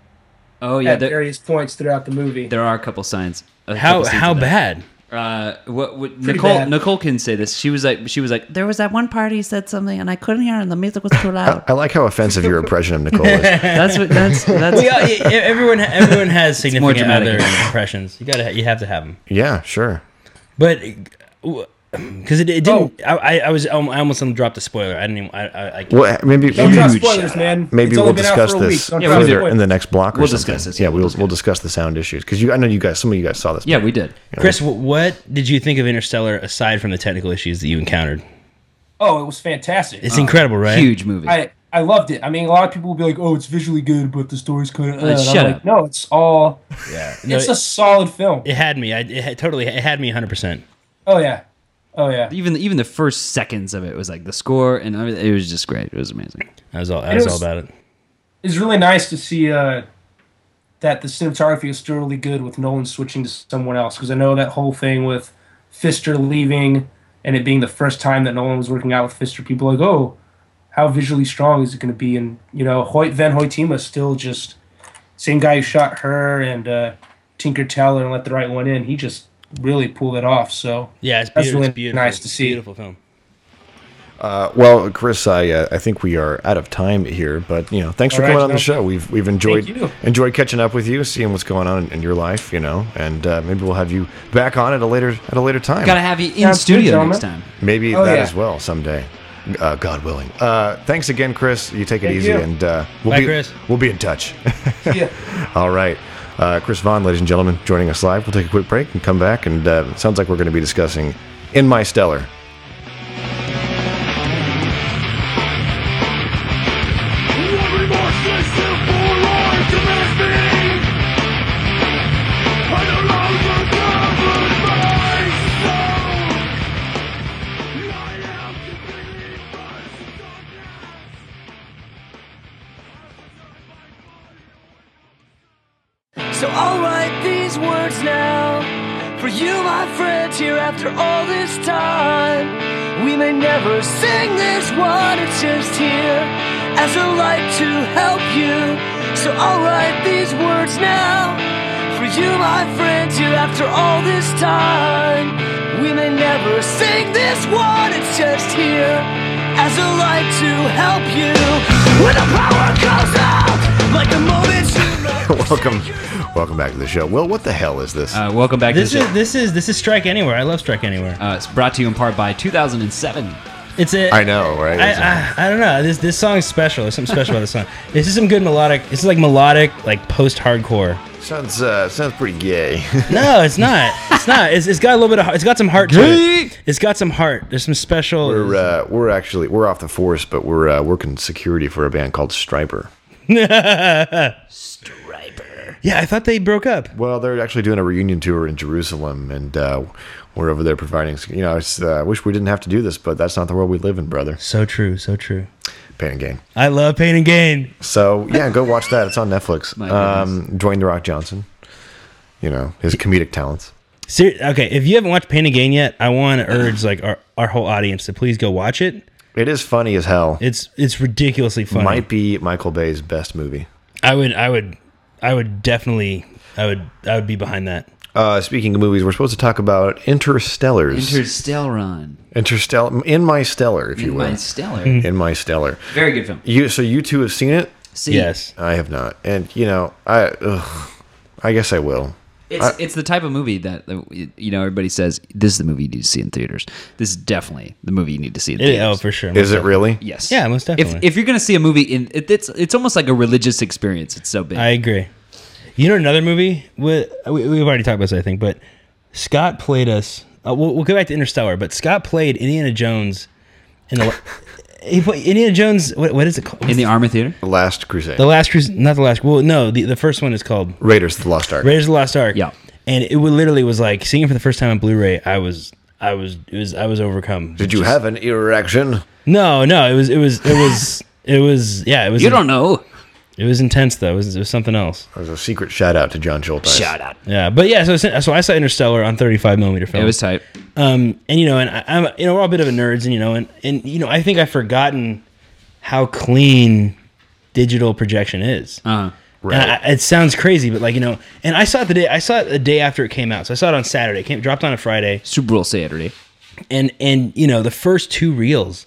Speaker 3: Oh yeah,
Speaker 8: at
Speaker 3: there,
Speaker 8: various points throughout the movie.
Speaker 3: there are a couple signs. a
Speaker 4: How
Speaker 3: couple scenes
Speaker 4: how
Speaker 3: of that.
Speaker 4: bad?
Speaker 3: Uh, what, what Nicole
Speaker 8: bad.
Speaker 3: Nicole can say this. She was like she was like there was that one party said something and I couldn't hear and the music was too
Speaker 2: I,
Speaker 3: loud.
Speaker 2: I like how offensive your impression of Nicole is.
Speaker 3: that's what that's that's
Speaker 4: We all, e- everyone, everyone has
Speaker 3: more
Speaker 4: significant
Speaker 3: dramatic
Speaker 4: other
Speaker 3: than
Speaker 4: impressions. You gotta, you have to have them.
Speaker 2: Yeah, sure.
Speaker 4: But because it, it didn't, I, I- I was, I almost dropped a spoiler. I didn't even. I, I, I can't-
Speaker 2: Well, maybe
Speaker 8: Don't drop
Speaker 2: huge.
Speaker 8: spoilers, man.
Speaker 2: Maybe
Speaker 8: It's only
Speaker 2: we'll
Speaker 8: been out
Speaker 2: discuss
Speaker 8: for a
Speaker 2: this
Speaker 8: week. Don't
Speaker 2: further
Speaker 3: drop
Speaker 2: in
Speaker 8: spoilers.
Speaker 2: the next block. Or
Speaker 3: We'll
Speaker 2: something.
Speaker 3: discuss this,
Speaker 2: Yeah,
Speaker 3: yeah,
Speaker 2: we'll we'll, discuss the sound issues because you. I know you guys. Some of you guys saw this.
Speaker 3: yeah we did.
Speaker 4: Chris, wh- what did you think of Interstellar aside from the technical issues that you encountered?
Speaker 8: Oh, it was fantastic.
Speaker 4: It's incredible, right?
Speaker 3: Huge movie.
Speaker 8: I I loved it. I mean, a lot of people will be like, "Oh, it's visually good, but the story's kind of." Uh, and I'm
Speaker 3: shut
Speaker 8: like,
Speaker 3: up.
Speaker 8: No, it's all.
Speaker 4: Yeah, no,
Speaker 8: It's
Speaker 4: it,
Speaker 8: a solid film.
Speaker 4: it had me. I, it had, totally, it had me 100. percent
Speaker 8: Oh yeah, oh yeah.
Speaker 3: even even the first seconds of it was like the score and everything. It was just great. It was amazing.
Speaker 4: I was all, I was,
Speaker 8: was-
Speaker 4: all about it.
Speaker 8: It's really nice to see uh, that the cinematography is still really good with Nolan switching to someone else because I know that whole thing with Fister leaving and it being the first time that Nolan was working out with Fister. People are like, oh, how visually strong is it going to be? And you know, Hoyt Van Hoytema still just same guy who shot her and uh, Tinker Teller and let the right one in. He just really pulled it off. So
Speaker 4: Yeah, it's
Speaker 8: That's
Speaker 4: beautiful.
Speaker 8: really
Speaker 4: it's beautiful.
Speaker 8: nice to
Speaker 4: It's a
Speaker 8: see.
Speaker 4: Beautiful film.
Speaker 2: Uh, well, Chris, I uh, I think we are out of time here, but you know, thanks for
Speaker 8: All right,
Speaker 2: coming on the
Speaker 8: no.
Speaker 2: show. We've we've enjoyed
Speaker 8: you.
Speaker 2: enjoyed catching up with you, seeing what's going on in, in your life, you know, and uh, maybe we'll have you back on at a later at a later time.
Speaker 3: Gotta have you in
Speaker 8: Sounds good,
Speaker 3: studio
Speaker 8: gentlemen.
Speaker 3: next time.
Speaker 2: maybe
Speaker 8: Oh,
Speaker 2: that
Speaker 8: yeah.
Speaker 2: as well someday, uh, God willing. Uh, thanks again, Chris. You take it
Speaker 8: Thank
Speaker 2: easy,
Speaker 8: you.
Speaker 2: and uh, we'll
Speaker 4: Bye,
Speaker 2: be
Speaker 4: Chris.
Speaker 2: we'll be in touch.
Speaker 8: yeah.
Speaker 2: All right. Uh, Chris Vaughn, ladies and gentlemen, joining us live. We'll take a quick break and come back. And uh, it sounds like we're going to be discussing In My Stellar.
Speaker 9: So I'll write these words now for you, my friend, here after all this time. We may never sing this one, it's just here as a light to help you. So I'll write these words now for you, my friend, here after all this time. We may never sing this one, it's just here as a light to help you. When the power goes out, like the moment you
Speaker 2: welcome, welcome back to the show. Well, what the hell is this?
Speaker 3: Uh, welcome back
Speaker 4: This
Speaker 3: to the
Speaker 4: is
Speaker 3: show.
Speaker 4: this is this is Strike Anywhere. I love Strike Anywhere.
Speaker 3: Uh, it's brought to you in part by 2007.
Speaker 4: It's a
Speaker 2: I know, right? It's a-
Speaker 4: I, I, I don't know. This this song is special. There's something special about this song. This is some good melodic. This is like melodic, like post hardcore.
Speaker 2: sounds uh, sounds pretty gay.
Speaker 4: No, it's not. It's not. It's, it's got a little bit of. It's got some heart to it. It's got some heart. There's some special.
Speaker 2: we're uh, we're actually we're off the force, but we're uh, working security for a band called Striper.
Speaker 4: yeah, I thought they broke up.
Speaker 2: Well, they're actually doing a reunion tour in Jerusalem, and uh, we're over there providing. sec- You know, it's, uh, I wish we didn't have to do this, but that's not the world we live in, brother.
Speaker 4: So true. So true.
Speaker 2: Pain and gain.
Speaker 4: I love Pain and Gain.
Speaker 2: So yeah, go watch that. It's on Netflix.
Speaker 3: My
Speaker 2: Um, Dwayne the Rock Johnson, you know his comedic talents.
Speaker 4: Ser- okay, if you haven't watched Pain and Gain yet, I want to urge like our, our whole audience to please go watch it.
Speaker 2: It is funny as hell.
Speaker 4: It's it's ridiculously funny.
Speaker 2: Might be Michael Bay's best movie.
Speaker 4: I would I would I would definitely I would I would be behind that.
Speaker 2: Uh, speaking of movies, we're supposed to talk about Interstellars.
Speaker 3: Interstellar.
Speaker 2: Interstellar, in my stellar, if you will,
Speaker 4: Mm.
Speaker 3: Interstellar.
Speaker 2: in my stellar.
Speaker 3: Very good film.
Speaker 2: You so you two have seen it.
Speaker 3: See,
Speaker 4: Yes.
Speaker 2: I have not, and you know I, ugh, I guess I will.
Speaker 3: It's, it's the type of movie that uh, you know everybody says this is the movie you need to see in theaters. This is definitely the movie you need to see in
Speaker 4: It,
Speaker 3: theaters.
Speaker 4: oh, for sure.
Speaker 2: Is it really?
Speaker 3: Yes.
Speaker 4: Yeah, most
Speaker 3: If,
Speaker 4: definitely.
Speaker 3: if you're gonna see a movie, in it, it's it's almost like a religious experience. It's so big.
Speaker 4: I agree. You know another movie with we, we've already talked about this, I think, but Scott played us. Uh, we'll, we'll go back to Interstellar, but Scott played Indiana Jones in the. he played Indiana Jones. What, what is it called?
Speaker 3: in the Armor Theater.
Speaker 2: The Last Crusade.
Speaker 4: the last cruise, not the last. Well, no, the, the first one is called
Speaker 2: Raiders of the Lost Ark.
Speaker 4: Raiders of the Lost Ark.
Speaker 3: Yeah.
Speaker 4: and it wa- literally was like seeing it for the first time on Blu-ray. I was, I was, it was, I was overcome.
Speaker 2: Did you have an erection?
Speaker 4: No, no. It was, it was, it was, it was. Yeah, it was.
Speaker 3: You don't know.
Speaker 4: It was intense though. It was, it was something else.
Speaker 2: There's a secret shout out to John Schulteis.
Speaker 3: Shout out.
Speaker 4: Yeah, but yeah. So, so I saw Interstellar on 35 millimeter film.
Speaker 3: It was tight.
Speaker 4: um, and you know, and I, I'm, you know, we're all a bit of a nerds, and you know, and and you know, I think I've forgotten how clean digital projection is.
Speaker 3: Uh,
Speaker 2: Right.
Speaker 4: And I, it sounds crazy, but like you know, and I saw it the day I saw it the day after it came out. So I saw it on Saturday. It came dropped on a Friday,
Speaker 3: Super Bowl Saturday.
Speaker 4: and and you know the first two reels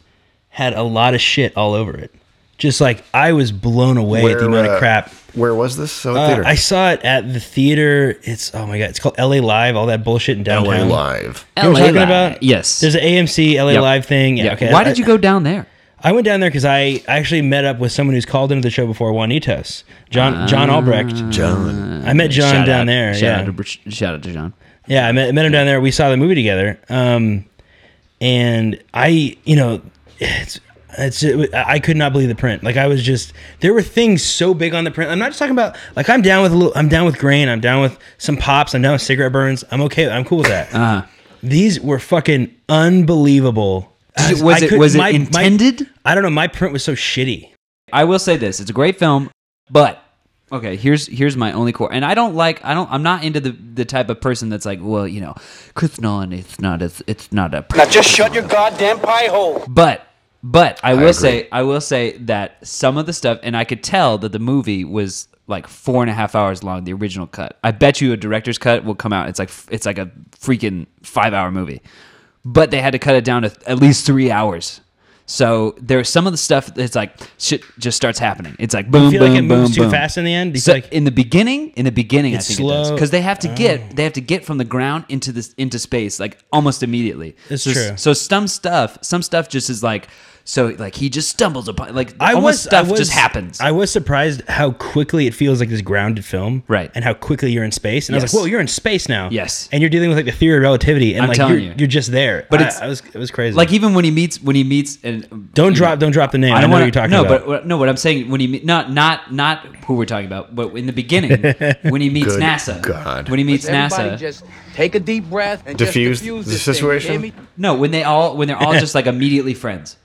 Speaker 4: had a lot of shit all over it. Just like I was blown away at the amount
Speaker 2: uh,
Speaker 4: of crap.
Speaker 2: Where was this? So
Speaker 4: Uh,
Speaker 2: theater.
Speaker 4: I saw it at the theater. It's oh my god, it's called L.A. Live. All that bullshit in
Speaker 2: LA
Speaker 4: downtown.
Speaker 2: Live.
Speaker 4: You know what I'm talking
Speaker 3: LA Live.
Speaker 4: about?
Speaker 3: Yes.
Speaker 4: There's an AMC L.A.
Speaker 3: Yep.
Speaker 4: Live thing. Yeah.
Speaker 3: Yeah.
Speaker 4: Okay.
Speaker 3: Why
Speaker 4: I-
Speaker 3: did you go down there?
Speaker 4: I went down there because I actually met up with someone who's called into the show before, Juanitos, John John Albrecht.
Speaker 2: John.
Speaker 4: I met John
Speaker 3: Shout
Speaker 4: down
Speaker 3: out-
Speaker 4: there.
Speaker 3: Shout
Speaker 4: yeah.
Speaker 3: out to Br- shout out to John.
Speaker 4: Yeah, I met, met him down there. We saw the movie together. Um, and I, you know, it's, it's I could not believe the print. Like I was just there were things so big on the print. I'm not just talking about like I'm down with a little. I'm down with grain. I'm down with some pops. I'm down with cigarette burns. I'm okay. I'm cool with that.
Speaker 3: Uh-huh.
Speaker 4: These were fucking unbelievable.
Speaker 3: Did you-
Speaker 4: I-
Speaker 3: was
Speaker 4: I
Speaker 3: it-
Speaker 4: couldn't-
Speaker 3: was it intended?
Speaker 4: I don't know. My print was so shitty.
Speaker 3: I will say this: it's a great film, but okay, here's here's my only core. And I don't like I don't I'm not into the the type of person that's like, well, you know, Chris Nolan, it's not it's it's not a now just shut your goddamn pie hole. But but I will
Speaker 2: agree.
Speaker 3: say I will say that some of the stuff, and I could tell that the movie was like four and a half hours long, the original cut. I bet you a director's cut will come out. It's like it's like a freaking five hour movie, but they had to cut it down to at least three hours. So there's some of the stuff that's like shit just starts happening. It's like boom,
Speaker 4: You feel
Speaker 3: boom,
Speaker 4: like it
Speaker 3: boom,
Speaker 4: moves too
Speaker 3: boom.
Speaker 4: fast in the end. It's
Speaker 3: So
Speaker 4: like
Speaker 3: in the beginning, in the beginning, I
Speaker 4: It's
Speaker 3: think
Speaker 4: slow. Oh.
Speaker 3: because they have to get they have to get from the ground into this into space like almost immediately.
Speaker 4: It's
Speaker 3: so,
Speaker 4: true.
Speaker 3: So some stuff, some stuff just is like so like he just stumbles upon like
Speaker 4: I
Speaker 3: almost
Speaker 4: was
Speaker 3: stuff
Speaker 4: I was,
Speaker 3: just happens.
Speaker 4: I was surprised how quickly it feels like this grounded film,
Speaker 3: Right.
Speaker 4: And how quickly you're in space. And I was
Speaker 3: Yes.
Speaker 4: like, "Whoa, you're in space now!"
Speaker 3: Yes.
Speaker 4: and you're dealing with like the theory of relativity, and
Speaker 3: I'm
Speaker 4: like
Speaker 3: telling
Speaker 4: you're,
Speaker 3: you.
Speaker 4: are just there.
Speaker 3: But
Speaker 4: I-
Speaker 3: it's-
Speaker 4: I was it was crazy.
Speaker 3: like even when he meets when he meets and
Speaker 4: don't drop don't drop the name. I, know
Speaker 3: wanna-
Speaker 4: what you're talking
Speaker 3: no,
Speaker 4: about.
Speaker 3: but no, what I'm saying when he meet- not not not who we're talking about, but in the beginning when he meets
Speaker 2: Good
Speaker 3: NASA,
Speaker 2: God.
Speaker 3: when he meets NASA,
Speaker 9: just take a deep breath and
Speaker 2: just Diffuse diffuse the this thing, you hear situation? me?
Speaker 3: no, when they all when they're all just like immediately friends,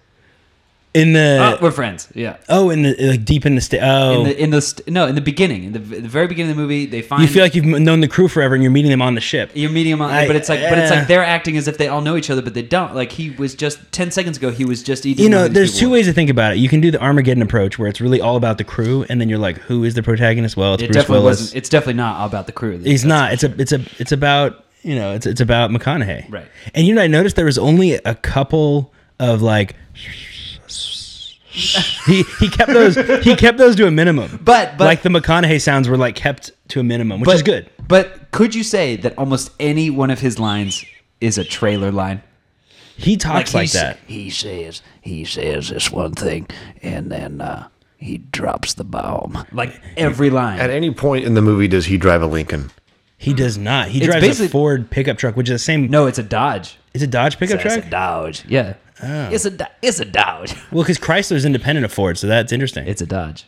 Speaker 4: in the
Speaker 3: oh, we're friends, yeah.
Speaker 4: oh, in the like deep in the sta-
Speaker 3: In
Speaker 4: oh,
Speaker 3: the in the st- no in the beginning in the, the very beginning of the movie they find
Speaker 4: you feel like you've m- known the crew forever, and you're meeting them on the ship.
Speaker 3: you're meeting him on
Speaker 4: I-
Speaker 3: but it's like but it's
Speaker 4: eh.
Speaker 3: like they're acting as if they all know each other but they don't like he was just 10 seconds ago he was just eating
Speaker 4: you know, there's two ways to think about it. You can do the Armageddon approach, where it's really all about the crew, and then you're like, "Who is the protagonist?" Well, it's
Speaker 3: it
Speaker 4: Bruce
Speaker 3: definitely
Speaker 4: Willis.
Speaker 3: wasn't it's definitely not all about the crew
Speaker 4: He's not. It's a. It's a. It's about you know. It's it's about McConaughey.
Speaker 3: Right.
Speaker 4: And you know, I noticed there was only a couple of like. he he kept those he kept those to a minimum.
Speaker 3: But- but-
Speaker 4: like the McConaughey sounds were like kept to a minimum, which
Speaker 3: but,
Speaker 4: is good.
Speaker 3: but could you say that almost any one of his lines is a trailer line
Speaker 4: He talks like,
Speaker 3: he
Speaker 4: that.
Speaker 3: s- He says he says this one thing, and then uh, he drops the bomb. Like every line.
Speaker 2: At any point in the movie, does he drive a Lincoln?
Speaker 4: He does not. He
Speaker 3: It's
Speaker 4: drives a
Speaker 3: basically-
Speaker 4: Ford pickup truck, which is the same.
Speaker 3: no, it's a Dodge.
Speaker 4: is it Dodge pickup
Speaker 3: It's
Speaker 4: truck?
Speaker 3: a Dodge. Oh. Yeah. It's a Do- it's a Dodge.
Speaker 4: well, because Chrysler's independent of Ford, so that's interesting.
Speaker 3: It's a Dodge.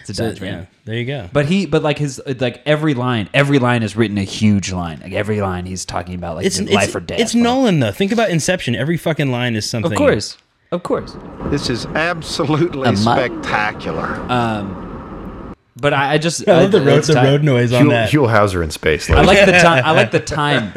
Speaker 3: It's a
Speaker 4: So,
Speaker 3: Dodge.
Speaker 4: yeah,
Speaker 3: man.
Speaker 4: there you go.
Speaker 3: But he, but like his, like every line, every line is written a huge line. Like every line he's talking about, like
Speaker 4: it's,
Speaker 3: your
Speaker 4: it's
Speaker 3: life or death.
Speaker 4: It's
Speaker 3: like-
Speaker 4: Nolan though. Think about Inception. Every fucking line is something.
Speaker 3: Of course, of course.
Speaker 10: This is absolutely
Speaker 3: Am I-
Speaker 10: spectacular.
Speaker 4: Uh,
Speaker 3: But I, I just,
Speaker 4: I love the road
Speaker 3: it's
Speaker 4: the
Speaker 3: time-
Speaker 4: road noise on
Speaker 2: Huel,
Speaker 4: that.
Speaker 2: Huel Hauser in space.
Speaker 3: I like the time. I like the time.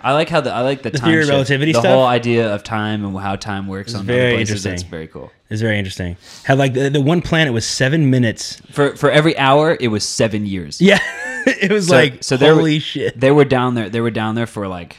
Speaker 3: I like how the I like the, time.
Speaker 4: theory of
Speaker 3: shift.
Speaker 4: relativity
Speaker 3: The
Speaker 4: stuff?
Speaker 3: whole idea of time and how time works on
Speaker 4: very
Speaker 3: other places.
Speaker 4: interesting.
Speaker 3: That's very cool.
Speaker 4: It's very interesting. Had like the, the one planet was seven minutes.
Speaker 3: For for every hour, it was seven years.
Speaker 4: Yeah, it was
Speaker 3: So,
Speaker 4: like
Speaker 3: so they were-
Speaker 4: holy shit.
Speaker 3: They were down there. They were down there for like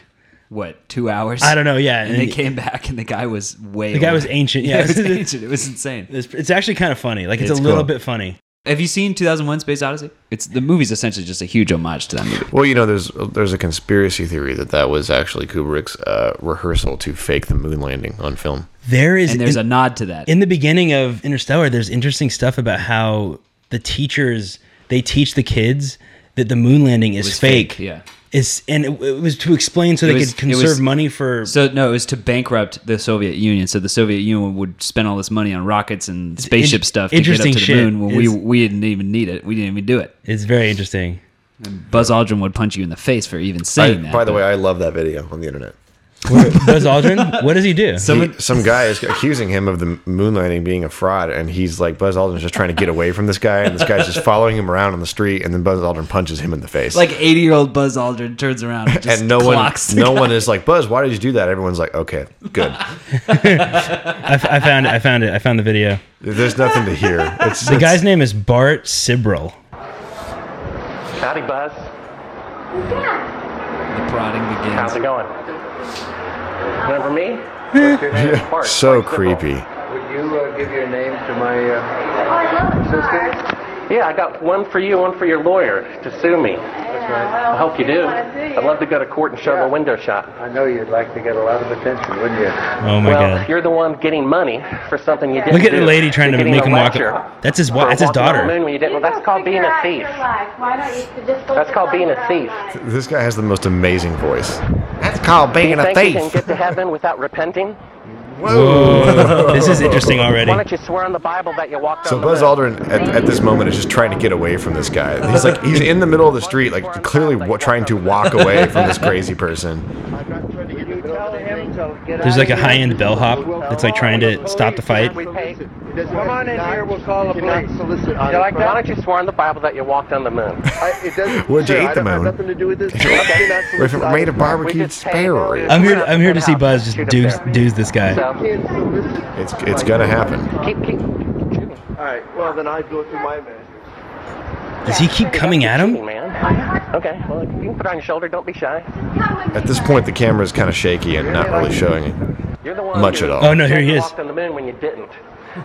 Speaker 3: what two hours?
Speaker 4: I don't know. Yeah,
Speaker 3: And they came back, and the guy was way.
Speaker 4: The guy
Speaker 3: older.
Speaker 4: was ancient, yeah.
Speaker 3: it was ancient. It was insane.
Speaker 4: It's, it's actually kind of funny. Like it's,
Speaker 2: It's
Speaker 4: a little
Speaker 2: cool.
Speaker 4: bit funny.
Speaker 3: Have you seen 2001: Space Odyssey? It's the movie's essentially just a huge homage to that movie.
Speaker 2: Well, you know, there's there's a conspiracy theory that that was actually Kubrick's uh, rehearsal to fake the moon landing on film.
Speaker 4: There is
Speaker 3: And there's a
Speaker 4: in,
Speaker 3: nod to that.
Speaker 4: in the beginning of Interstellar. There's interesting stuff about how the teachers they teach the kids that the moon landing is
Speaker 3: was
Speaker 4: fake.
Speaker 3: fake, yeah.
Speaker 4: It's and it, it was to explain so they
Speaker 3: was-
Speaker 4: could
Speaker 3: it was-
Speaker 4: conserve money for
Speaker 3: So no, it was to bankrupt the Soviet Union. So the Soviet Union would spend all this money on rockets and spaceship stuff to get up to
Speaker 4: interesting
Speaker 3: the
Speaker 4: shit.
Speaker 3: moon when we
Speaker 4: It's-
Speaker 3: we didn't even need it. We didn't even do it.
Speaker 4: It's very interesting.
Speaker 3: Buzz Aldrin would punch you in the face for even
Speaker 2: I,
Speaker 3: saying that.
Speaker 2: by the
Speaker 3: but-
Speaker 2: way, I love that video on the internet.
Speaker 4: Buzz Aldrin, what does he do?
Speaker 2: He- some guy is accusing him of the moon landing being a fraud, and he's like, Buzz Aldrin's just trying to get away from this guy, and this guy's just following him around on the street, and then Buzz Aldrin punches him in the face.
Speaker 3: like eighty year old Buzz Aldrin turns around and, just
Speaker 2: and no one,
Speaker 3: clocks the
Speaker 2: no
Speaker 3: guy.
Speaker 2: one is like, Buzz, why did you do that? Everyone's like, okay, good.
Speaker 4: I, f- I found it. I found it. I found the video.
Speaker 2: There's nothing to hear. It's
Speaker 4: The guy's name is Bart Sibrel.
Speaker 11: Howdy, Buzz.
Speaker 3: The prodding begins.
Speaker 11: How's it going? Remember me?
Speaker 2: so creepy.
Speaker 11: Would you uh, give your name to my uh, assistant? Yeah, I got one for you, one for your lawyer to sue me. I hope you do. I'd love to go to court and shove a window shop. I know you'd like to get a lot of attention, wouldn't you?
Speaker 4: Oh my
Speaker 11: well,
Speaker 4: God.
Speaker 11: you're the one getting money for something you didn't
Speaker 4: Look at
Speaker 11: do.
Speaker 4: the lady trying
Speaker 11: You're
Speaker 4: to
Speaker 11: getting
Speaker 4: make
Speaker 11: a
Speaker 4: him walk.
Speaker 11: lecture
Speaker 4: That's his. wa-
Speaker 11: for
Speaker 4: That's his
Speaker 11: walking on the
Speaker 4: daughter.
Speaker 11: moon when you didn't- well, that's called being a thief. That's called being a thief.
Speaker 2: This guy has the most amazing voice. That's called being
Speaker 11: Do you
Speaker 2: a
Speaker 11: think You can
Speaker 2: thief.
Speaker 11: get to heaven without repenting?
Speaker 4: Whoa. this is interesting already.
Speaker 11: Why don't you swear on the Bible that you walked
Speaker 2: So
Speaker 11: on the
Speaker 2: Buzz Aldrin at, at this moment is just trying to get away from this guy. He's like he's in the middle of the street, like clearly wa- trying to walk away from this crazy person.
Speaker 4: There's like a high-end bellhop that's like trying to stop the fight.
Speaker 11: Come on in here, we'll call the police.
Speaker 12: it.
Speaker 11: Why don't you swear on the Bible that you walked on the moon?
Speaker 2: Where'd you eat the moon?
Speaker 11: to do with this.
Speaker 2: If it made of barbecued sparrow.
Speaker 4: I'm here. I'm here to see Buzz just doos, doos this guy.
Speaker 2: It's it's gonna happen.
Speaker 12: All right. Well, then I go through my man.
Speaker 4: Does he keep coming at him?
Speaker 11: man. Okay, well, you can put it on your shoulder. Don't be shy.
Speaker 2: At this point, the camera's kind of shaky and not really showing
Speaker 11: You're the one
Speaker 2: much
Speaker 11: who
Speaker 2: at all.
Speaker 4: Oh, no, here he is.
Speaker 11: Walked on the moon when you didn't.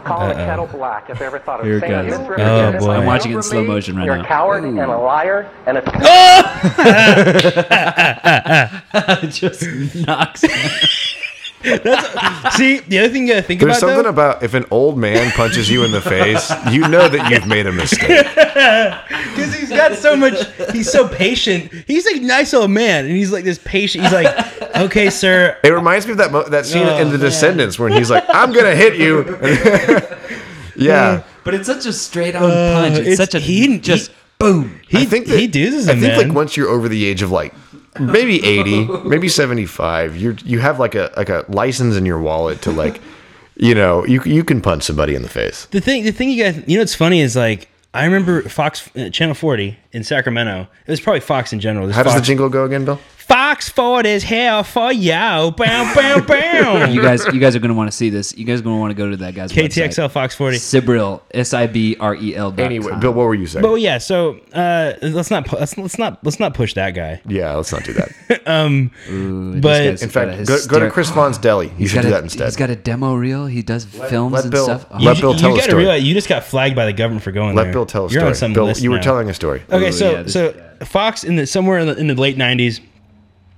Speaker 11: Call the
Speaker 2: Uh-oh.
Speaker 11: kettle black if you ever thought of
Speaker 3: Here it
Speaker 11: saying
Speaker 3: goes.
Speaker 11: this.
Speaker 3: Oh, boy. I'm watching it in slow motion right
Speaker 11: You're
Speaker 3: now.
Speaker 11: a coward and a liar and a.
Speaker 3: just knocks.
Speaker 4: See, the other thing you gotta think
Speaker 2: There's
Speaker 4: about
Speaker 2: something
Speaker 4: though,
Speaker 2: about if an old man punches you in the face, you know that you've made a mistake.
Speaker 4: because he's got so much. He's so patient. He's like a nice old man, and he's like this patient. He's like, okay, sir.
Speaker 2: It reminds me of that mo- that scene
Speaker 4: Oh,
Speaker 2: in The
Speaker 4: man.
Speaker 2: Descendants where he's like, "I'm gonna hit you." yeah,
Speaker 3: But it's such a straight on
Speaker 4: Uh,
Speaker 3: punch. It's,
Speaker 4: it's-
Speaker 3: such a
Speaker 4: he-
Speaker 3: just boom.
Speaker 2: I think that,
Speaker 4: he does
Speaker 2: I
Speaker 4: it,
Speaker 2: think like
Speaker 4: man.
Speaker 2: once you're over the age of like maybe 80, maybe 75, you you have like a like a license in your wallet to like, you know, you you can punch somebody in the face.
Speaker 4: The thing, the thing you guys, you know, what's funny is like I remember Fox uh, Channel 40 in Sacramento. It was probably Fox in general. It was
Speaker 2: How does the
Speaker 4: Fox,
Speaker 2: jingle go again, Bill?
Speaker 4: Fox 40 is hell for yo. Bam, bam, bam.
Speaker 3: You guys, you guys are gonna want to see this. You guys are gonna want to go to that guy's
Speaker 4: KTXL Fox 40.
Speaker 3: website. Sibrel, S I B R E L. dot
Speaker 2: Anyway,
Speaker 3: com.
Speaker 2: Bill, what were you saying?
Speaker 4: But yeah, so uh, let's not pu- let's, let's not let's not push that guy.
Speaker 2: yeah, let's not do that.
Speaker 4: Um,
Speaker 3: Ooh, this
Speaker 4: but-
Speaker 3: guy's
Speaker 2: In
Speaker 3: got a
Speaker 2: fact, go, go to
Speaker 3: hysteri-
Speaker 2: Chris Vaughn's Deli. You
Speaker 3: He's
Speaker 2: should
Speaker 3: got
Speaker 2: do
Speaker 3: a-
Speaker 2: that instead.
Speaker 3: He's got a demo reel. He does films
Speaker 2: let
Speaker 3: and
Speaker 2: Bill-
Speaker 3: stuff.
Speaker 2: let Bill
Speaker 4: you
Speaker 2: tell a
Speaker 4: gotta
Speaker 2: story.
Speaker 4: realize you just got flagged by the government for going
Speaker 2: Let
Speaker 4: there.
Speaker 2: Bill tell a
Speaker 4: You're
Speaker 2: story.
Speaker 4: on some
Speaker 2: Bill,
Speaker 4: list
Speaker 2: you were
Speaker 4: now.
Speaker 2: telling a story.
Speaker 4: Okay,
Speaker 3: Ooh,
Speaker 4: so
Speaker 3: yeah, this
Speaker 4: so Fox in the somewhere in the, in the late '90s,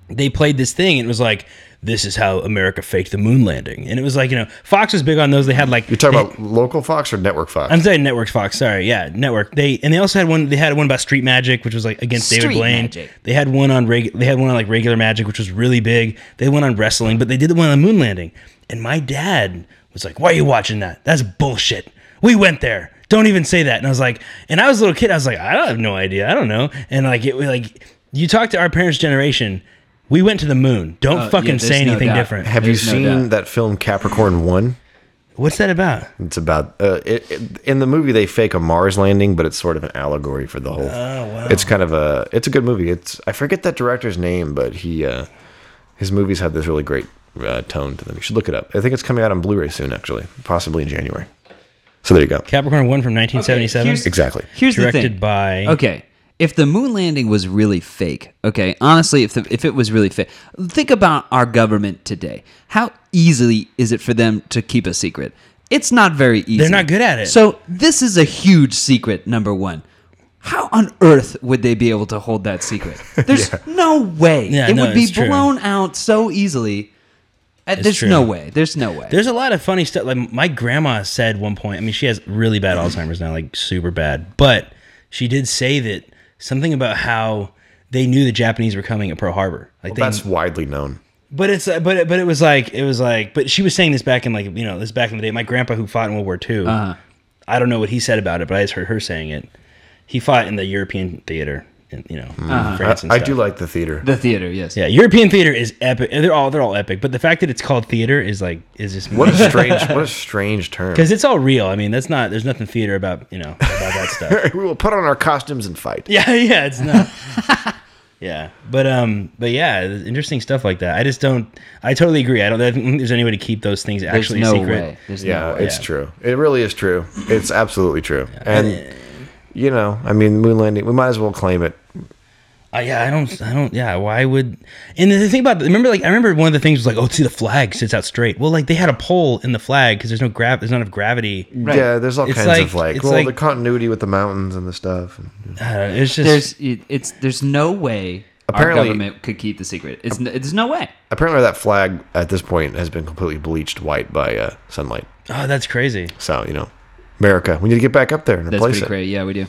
Speaker 4: they played this thing and it was like, "This is how America faked the moon landing," and it was like, you know, Fox was big on those. They had like
Speaker 2: You're talking
Speaker 4: they-
Speaker 2: about local Fox or network Fox?
Speaker 4: I'm saying network Fox. Sorry, yeah, network. They and they also had one. They had one about Street Magic, which was like against David
Speaker 3: Street
Speaker 4: Blaine.
Speaker 3: Magic.
Speaker 4: They had one on reg. They had one on like regular magic, which was really big. They had one on wrestling, but they did the one on the moon landing. And my dad was like, "Why are you watching that? That's bullshit. We went there. Don't even say that." And I was like, and I was a little kid. I was like, I don't have no idea. I don't know. And like it, like you talk to our parents' generation. We went to the moon. Don't
Speaker 3: Oh, yeah,
Speaker 4: fucking
Speaker 3: there's
Speaker 4: say
Speaker 3: no
Speaker 4: anything
Speaker 3: doubt.
Speaker 4: different.
Speaker 2: Have you
Speaker 3: There's no
Speaker 2: seen
Speaker 3: doubt.
Speaker 2: that film Capricorn One?
Speaker 4: What's that about?
Speaker 2: It's about uh, it, it- in the movie they fake a Mars landing, but it's sort of an allegory for the whole. It's kind of a it's a good movie. It's I forget that director's name, but he uh, his movies have this really great uh, tone to them. You should look it up. I think it's coming out on Blu-ray soon, actually, possibly in January. So there you go.
Speaker 4: Capricorn One from 1977.
Speaker 3: here's-
Speaker 2: Exactly.
Speaker 3: Here's the
Speaker 4: directed
Speaker 3: thing.
Speaker 4: by
Speaker 3: Okay. If the moon landing was really fake, okay, honestly, if, the, if it was really fake, think about our government today. How easily is it for them to keep a secret? It's not very easy.
Speaker 4: They're not good at it.
Speaker 3: So, this is a huge secret, number one. How on earth would they be able to hold that secret? There's no way.
Speaker 4: Yeah,
Speaker 3: it
Speaker 4: no,
Speaker 3: would be
Speaker 4: it's true.
Speaker 3: blown out so easily. Uh, There's
Speaker 4: true.
Speaker 3: no way. There's no way.
Speaker 4: There's a lot of funny stuff. Like my grandma said one point. I mean, she has really bad Alzheimer's now, like super bad. But she did say that something about how they knew the Japanese were coming at Pearl Harbor. Like they,
Speaker 2: That's widely known.
Speaker 4: but it's uh, but it- but it was like it was like. But she was saying this back in like you know this back in the day. My grandpa who fought in World War II. I don't know what he said about it, but I just heard her saying it. He fought in the European theater, in, you know, in
Speaker 2: I,
Speaker 4: France. And
Speaker 2: I
Speaker 4: stuff.
Speaker 2: do like the theater.
Speaker 3: the theater, yes.
Speaker 4: Yeah, European theater is epic. They're all they're all epic, but the fact that it's called theater is like is just
Speaker 2: What a strange what a strange term.
Speaker 4: because it's all real. I mean, that's not. There's nothing theater about you know about that stuff.
Speaker 2: We will put on our costumes and fight.
Speaker 4: yeah, yeah, it's not. yeah, but um, but yeah, there's interesting stuff like that. I just don't. I totally agree. I don't. I don't think there's any way to keep those things
Speaker 3: There's
Speaker 4: actually
Speaker 3: no
Speaker 4: secret.
Speaker 3: way. There's no
Speaker 2: Yeah,
Speaker 3: way.
Speaker 2: it's true. It really is true. It's absolutely true. And you know, I mean, moon landing. We might as well claim it.
Speaker 4: Uh, yeah, I don't, I don't, yeah, why would, and the thing about, remember, like, I remember one of the things was like, oh, see, the flag sits out straight. Well, like, they had a pole in the flag because there's no grav, there's not enough gravity.
Speaker 2: Yeah, there's all
Speaker 4: It's
Speaker 2: kinds of like,
Speaker 4: it's
Speaker 2: well,
Speaker 4: like,
Speaker 2: the continuity with the mountains and the stuff.
Speaker 4: Uh, it's just-
Speaker 3: there's it- it's there's no way
Speaker 2: Apparently-
Speaker 3: our government could keep the secret. It's n there's no way.
Speaker 2: Apparently, that flag at this point has been completely bleached white by uh, sunlight.
Speaker 4: oh, that's crazy.
Speaker 2: So you know, America, we need to get back up there and
Speaker 3: That's
Speaker 2: replace it.
Speaker 3: pretty crazy. Yeah, we do.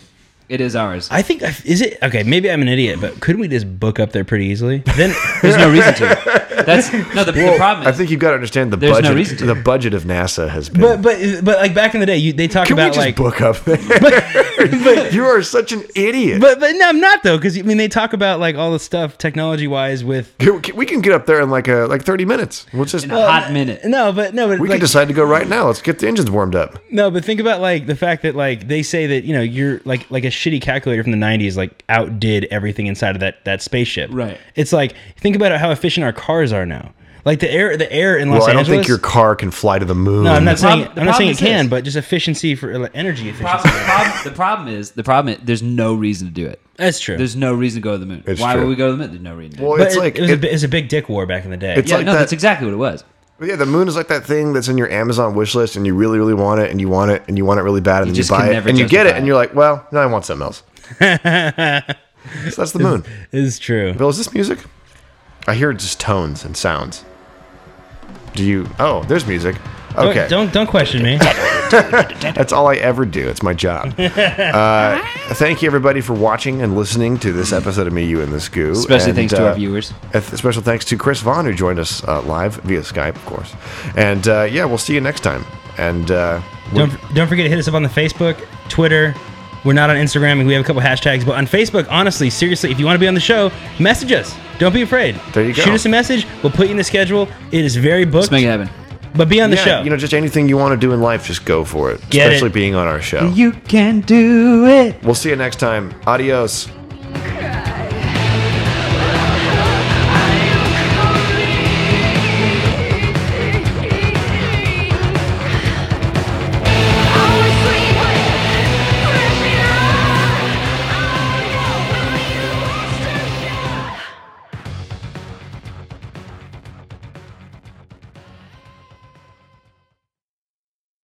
Speaker 3: It is ours.
Speaker 4: I think, is it, okay, maybe I'm an idiot, but couldn't we just book up there pretty easily? Then
Speaker 3: There's no reason to. That's no the, the
Speaker 2: Well,
Speaker 3: problem.
Speaker 2: I
Speaker 3: Is,
Speaker 2: think you've got to understand the
Speaker 3: There's no
Speaker 2: budget.
Speaker 3: reason to.
Speaker 2: The budget of NASA has been.
Speaker 4: But, but, but like back in the day, you, they talk
Speaker 2: Can we
Speaker 4: about
Speaker 2: just
Speaker 4: like,
Speaker 2: book up there? you are such an idiot.
Speaker 4: but, but no, I'm not though. Cause I mean, they talk about like all the stuff technology wise with,
Speaker 2: Can- can- we can get up there in like a like 30 minutes. We'll just
Speaker 4: Well,
Speaker 3: minute.
Speaker 4: No, but no, but
Speaker 2: we
Speaker 4: like,
Speaker 2: can decide to go right now. Let's get the engines warmed up.
Speaker 4: No, but think about like the fact that like they say that you know you're like like a shitty calculator from the '90s like outdid everything inside of that that spaceship.
Speaker 3: Right.
Speaker 4: It's like think about how efficient our cars are now. Like the air, the air in Los
Speaker 2: Well, I don't
Speaker 4: Angeles.
Speaker 2: think your car can fly to the moon.
Speaker 4: No, I'm not saying
Speaker 3: prob- the
Speaker 4: I'm not saying it
Speaker 3: problem is
Speaker 4: can,
Speaker 3: this.
Speaker 4: but just efficiency for like, energy
Speaker 3: prob-
Speaker 4: efficiency.
Speaker 3: the, problem, the problem is the problem. Is, there's no reason to do it.
Speaker 4: That's true.
Speaker 3: There's no reason to go to the moon.
Speaker 2: It's
Speaker 3: Why
Speaker 2: true.
Speaker 3: would we go to the moon? There's no reason. To do it.
Speaker 2: Well,
Speaker 4: but
Speaker 2: it's
Speaker 4: it,
Speaker 2: like
Speaker 4: it was, a
Speaker 2: it-
Speaker 4: bi- it was a big dick war back in the day.
Speaker 2: It's
Speaker 3: yeah,
Speaker 2: like
Speaker 3: no,
Speaker 2: that-
Speaker 3: that's exactly what it was.
Speaker 2: But yeah, the moon is like that thing that's in your Amazon wish list, and you really, really want it, and you want it, and you want it really bad, and then you
Speaker 3: just can
Speaker 2: buy it,
Speaker 3: never
Speaker 2: and you get it,
Speaker 3: justify
Speaker 2: and
Speaker 3: it.
Speaker 2: you're like, well, no, I want something else. so that's the moon.
Speaker 4: It's true.
Speaker 2: Bill, is this music? I hear just tones and sounds. Do you? Oh, there's music.
Speaker 4: Don't-
Speaker 2: Okay,
Speaker 4: Don't don't question me.
Speaker 2: that's all I ever do. It's my job. uh, thank you everybody for watching and listening to this episode of Me, You, and the Goo.
Speaker 3: Especially
Speaker 2: and,
Speaker 3: thanks to
Speaker 2: uh,
Speaker 3: our viewers.
Speaker 2: A th- special thanks to Chris Vaughn, who joined us uh, live via Skype, of course. And uh, yeah, we'll see you next time. And uh, we-
Speaker 4: Don't, don't forget to hit us up on the Facebook, Twitter. We're not on Instagram, and we have a couple hashtags. But on Facebook, honestly, seriously, if you want to be on the show, message us. Don't be afraid.
Speaker 2: There you go.
Speaker 4: Shoot us a message. We'll put you in the schedule. It is very booked.
Speaker 3: Let's make it happen.
Speaker 4: But be on the
Speaker 2: yeah,
Speaker 4: show.
Speaker 2: you know, just anything you want to do in life, just go for it.
Speaker 4: Get
Speaker 2: Especially
Speaker 4: it.
Speaker 2: being on our show.
Speaker 3: You can do it.
Speaker 2: We'll see you next time. Adios.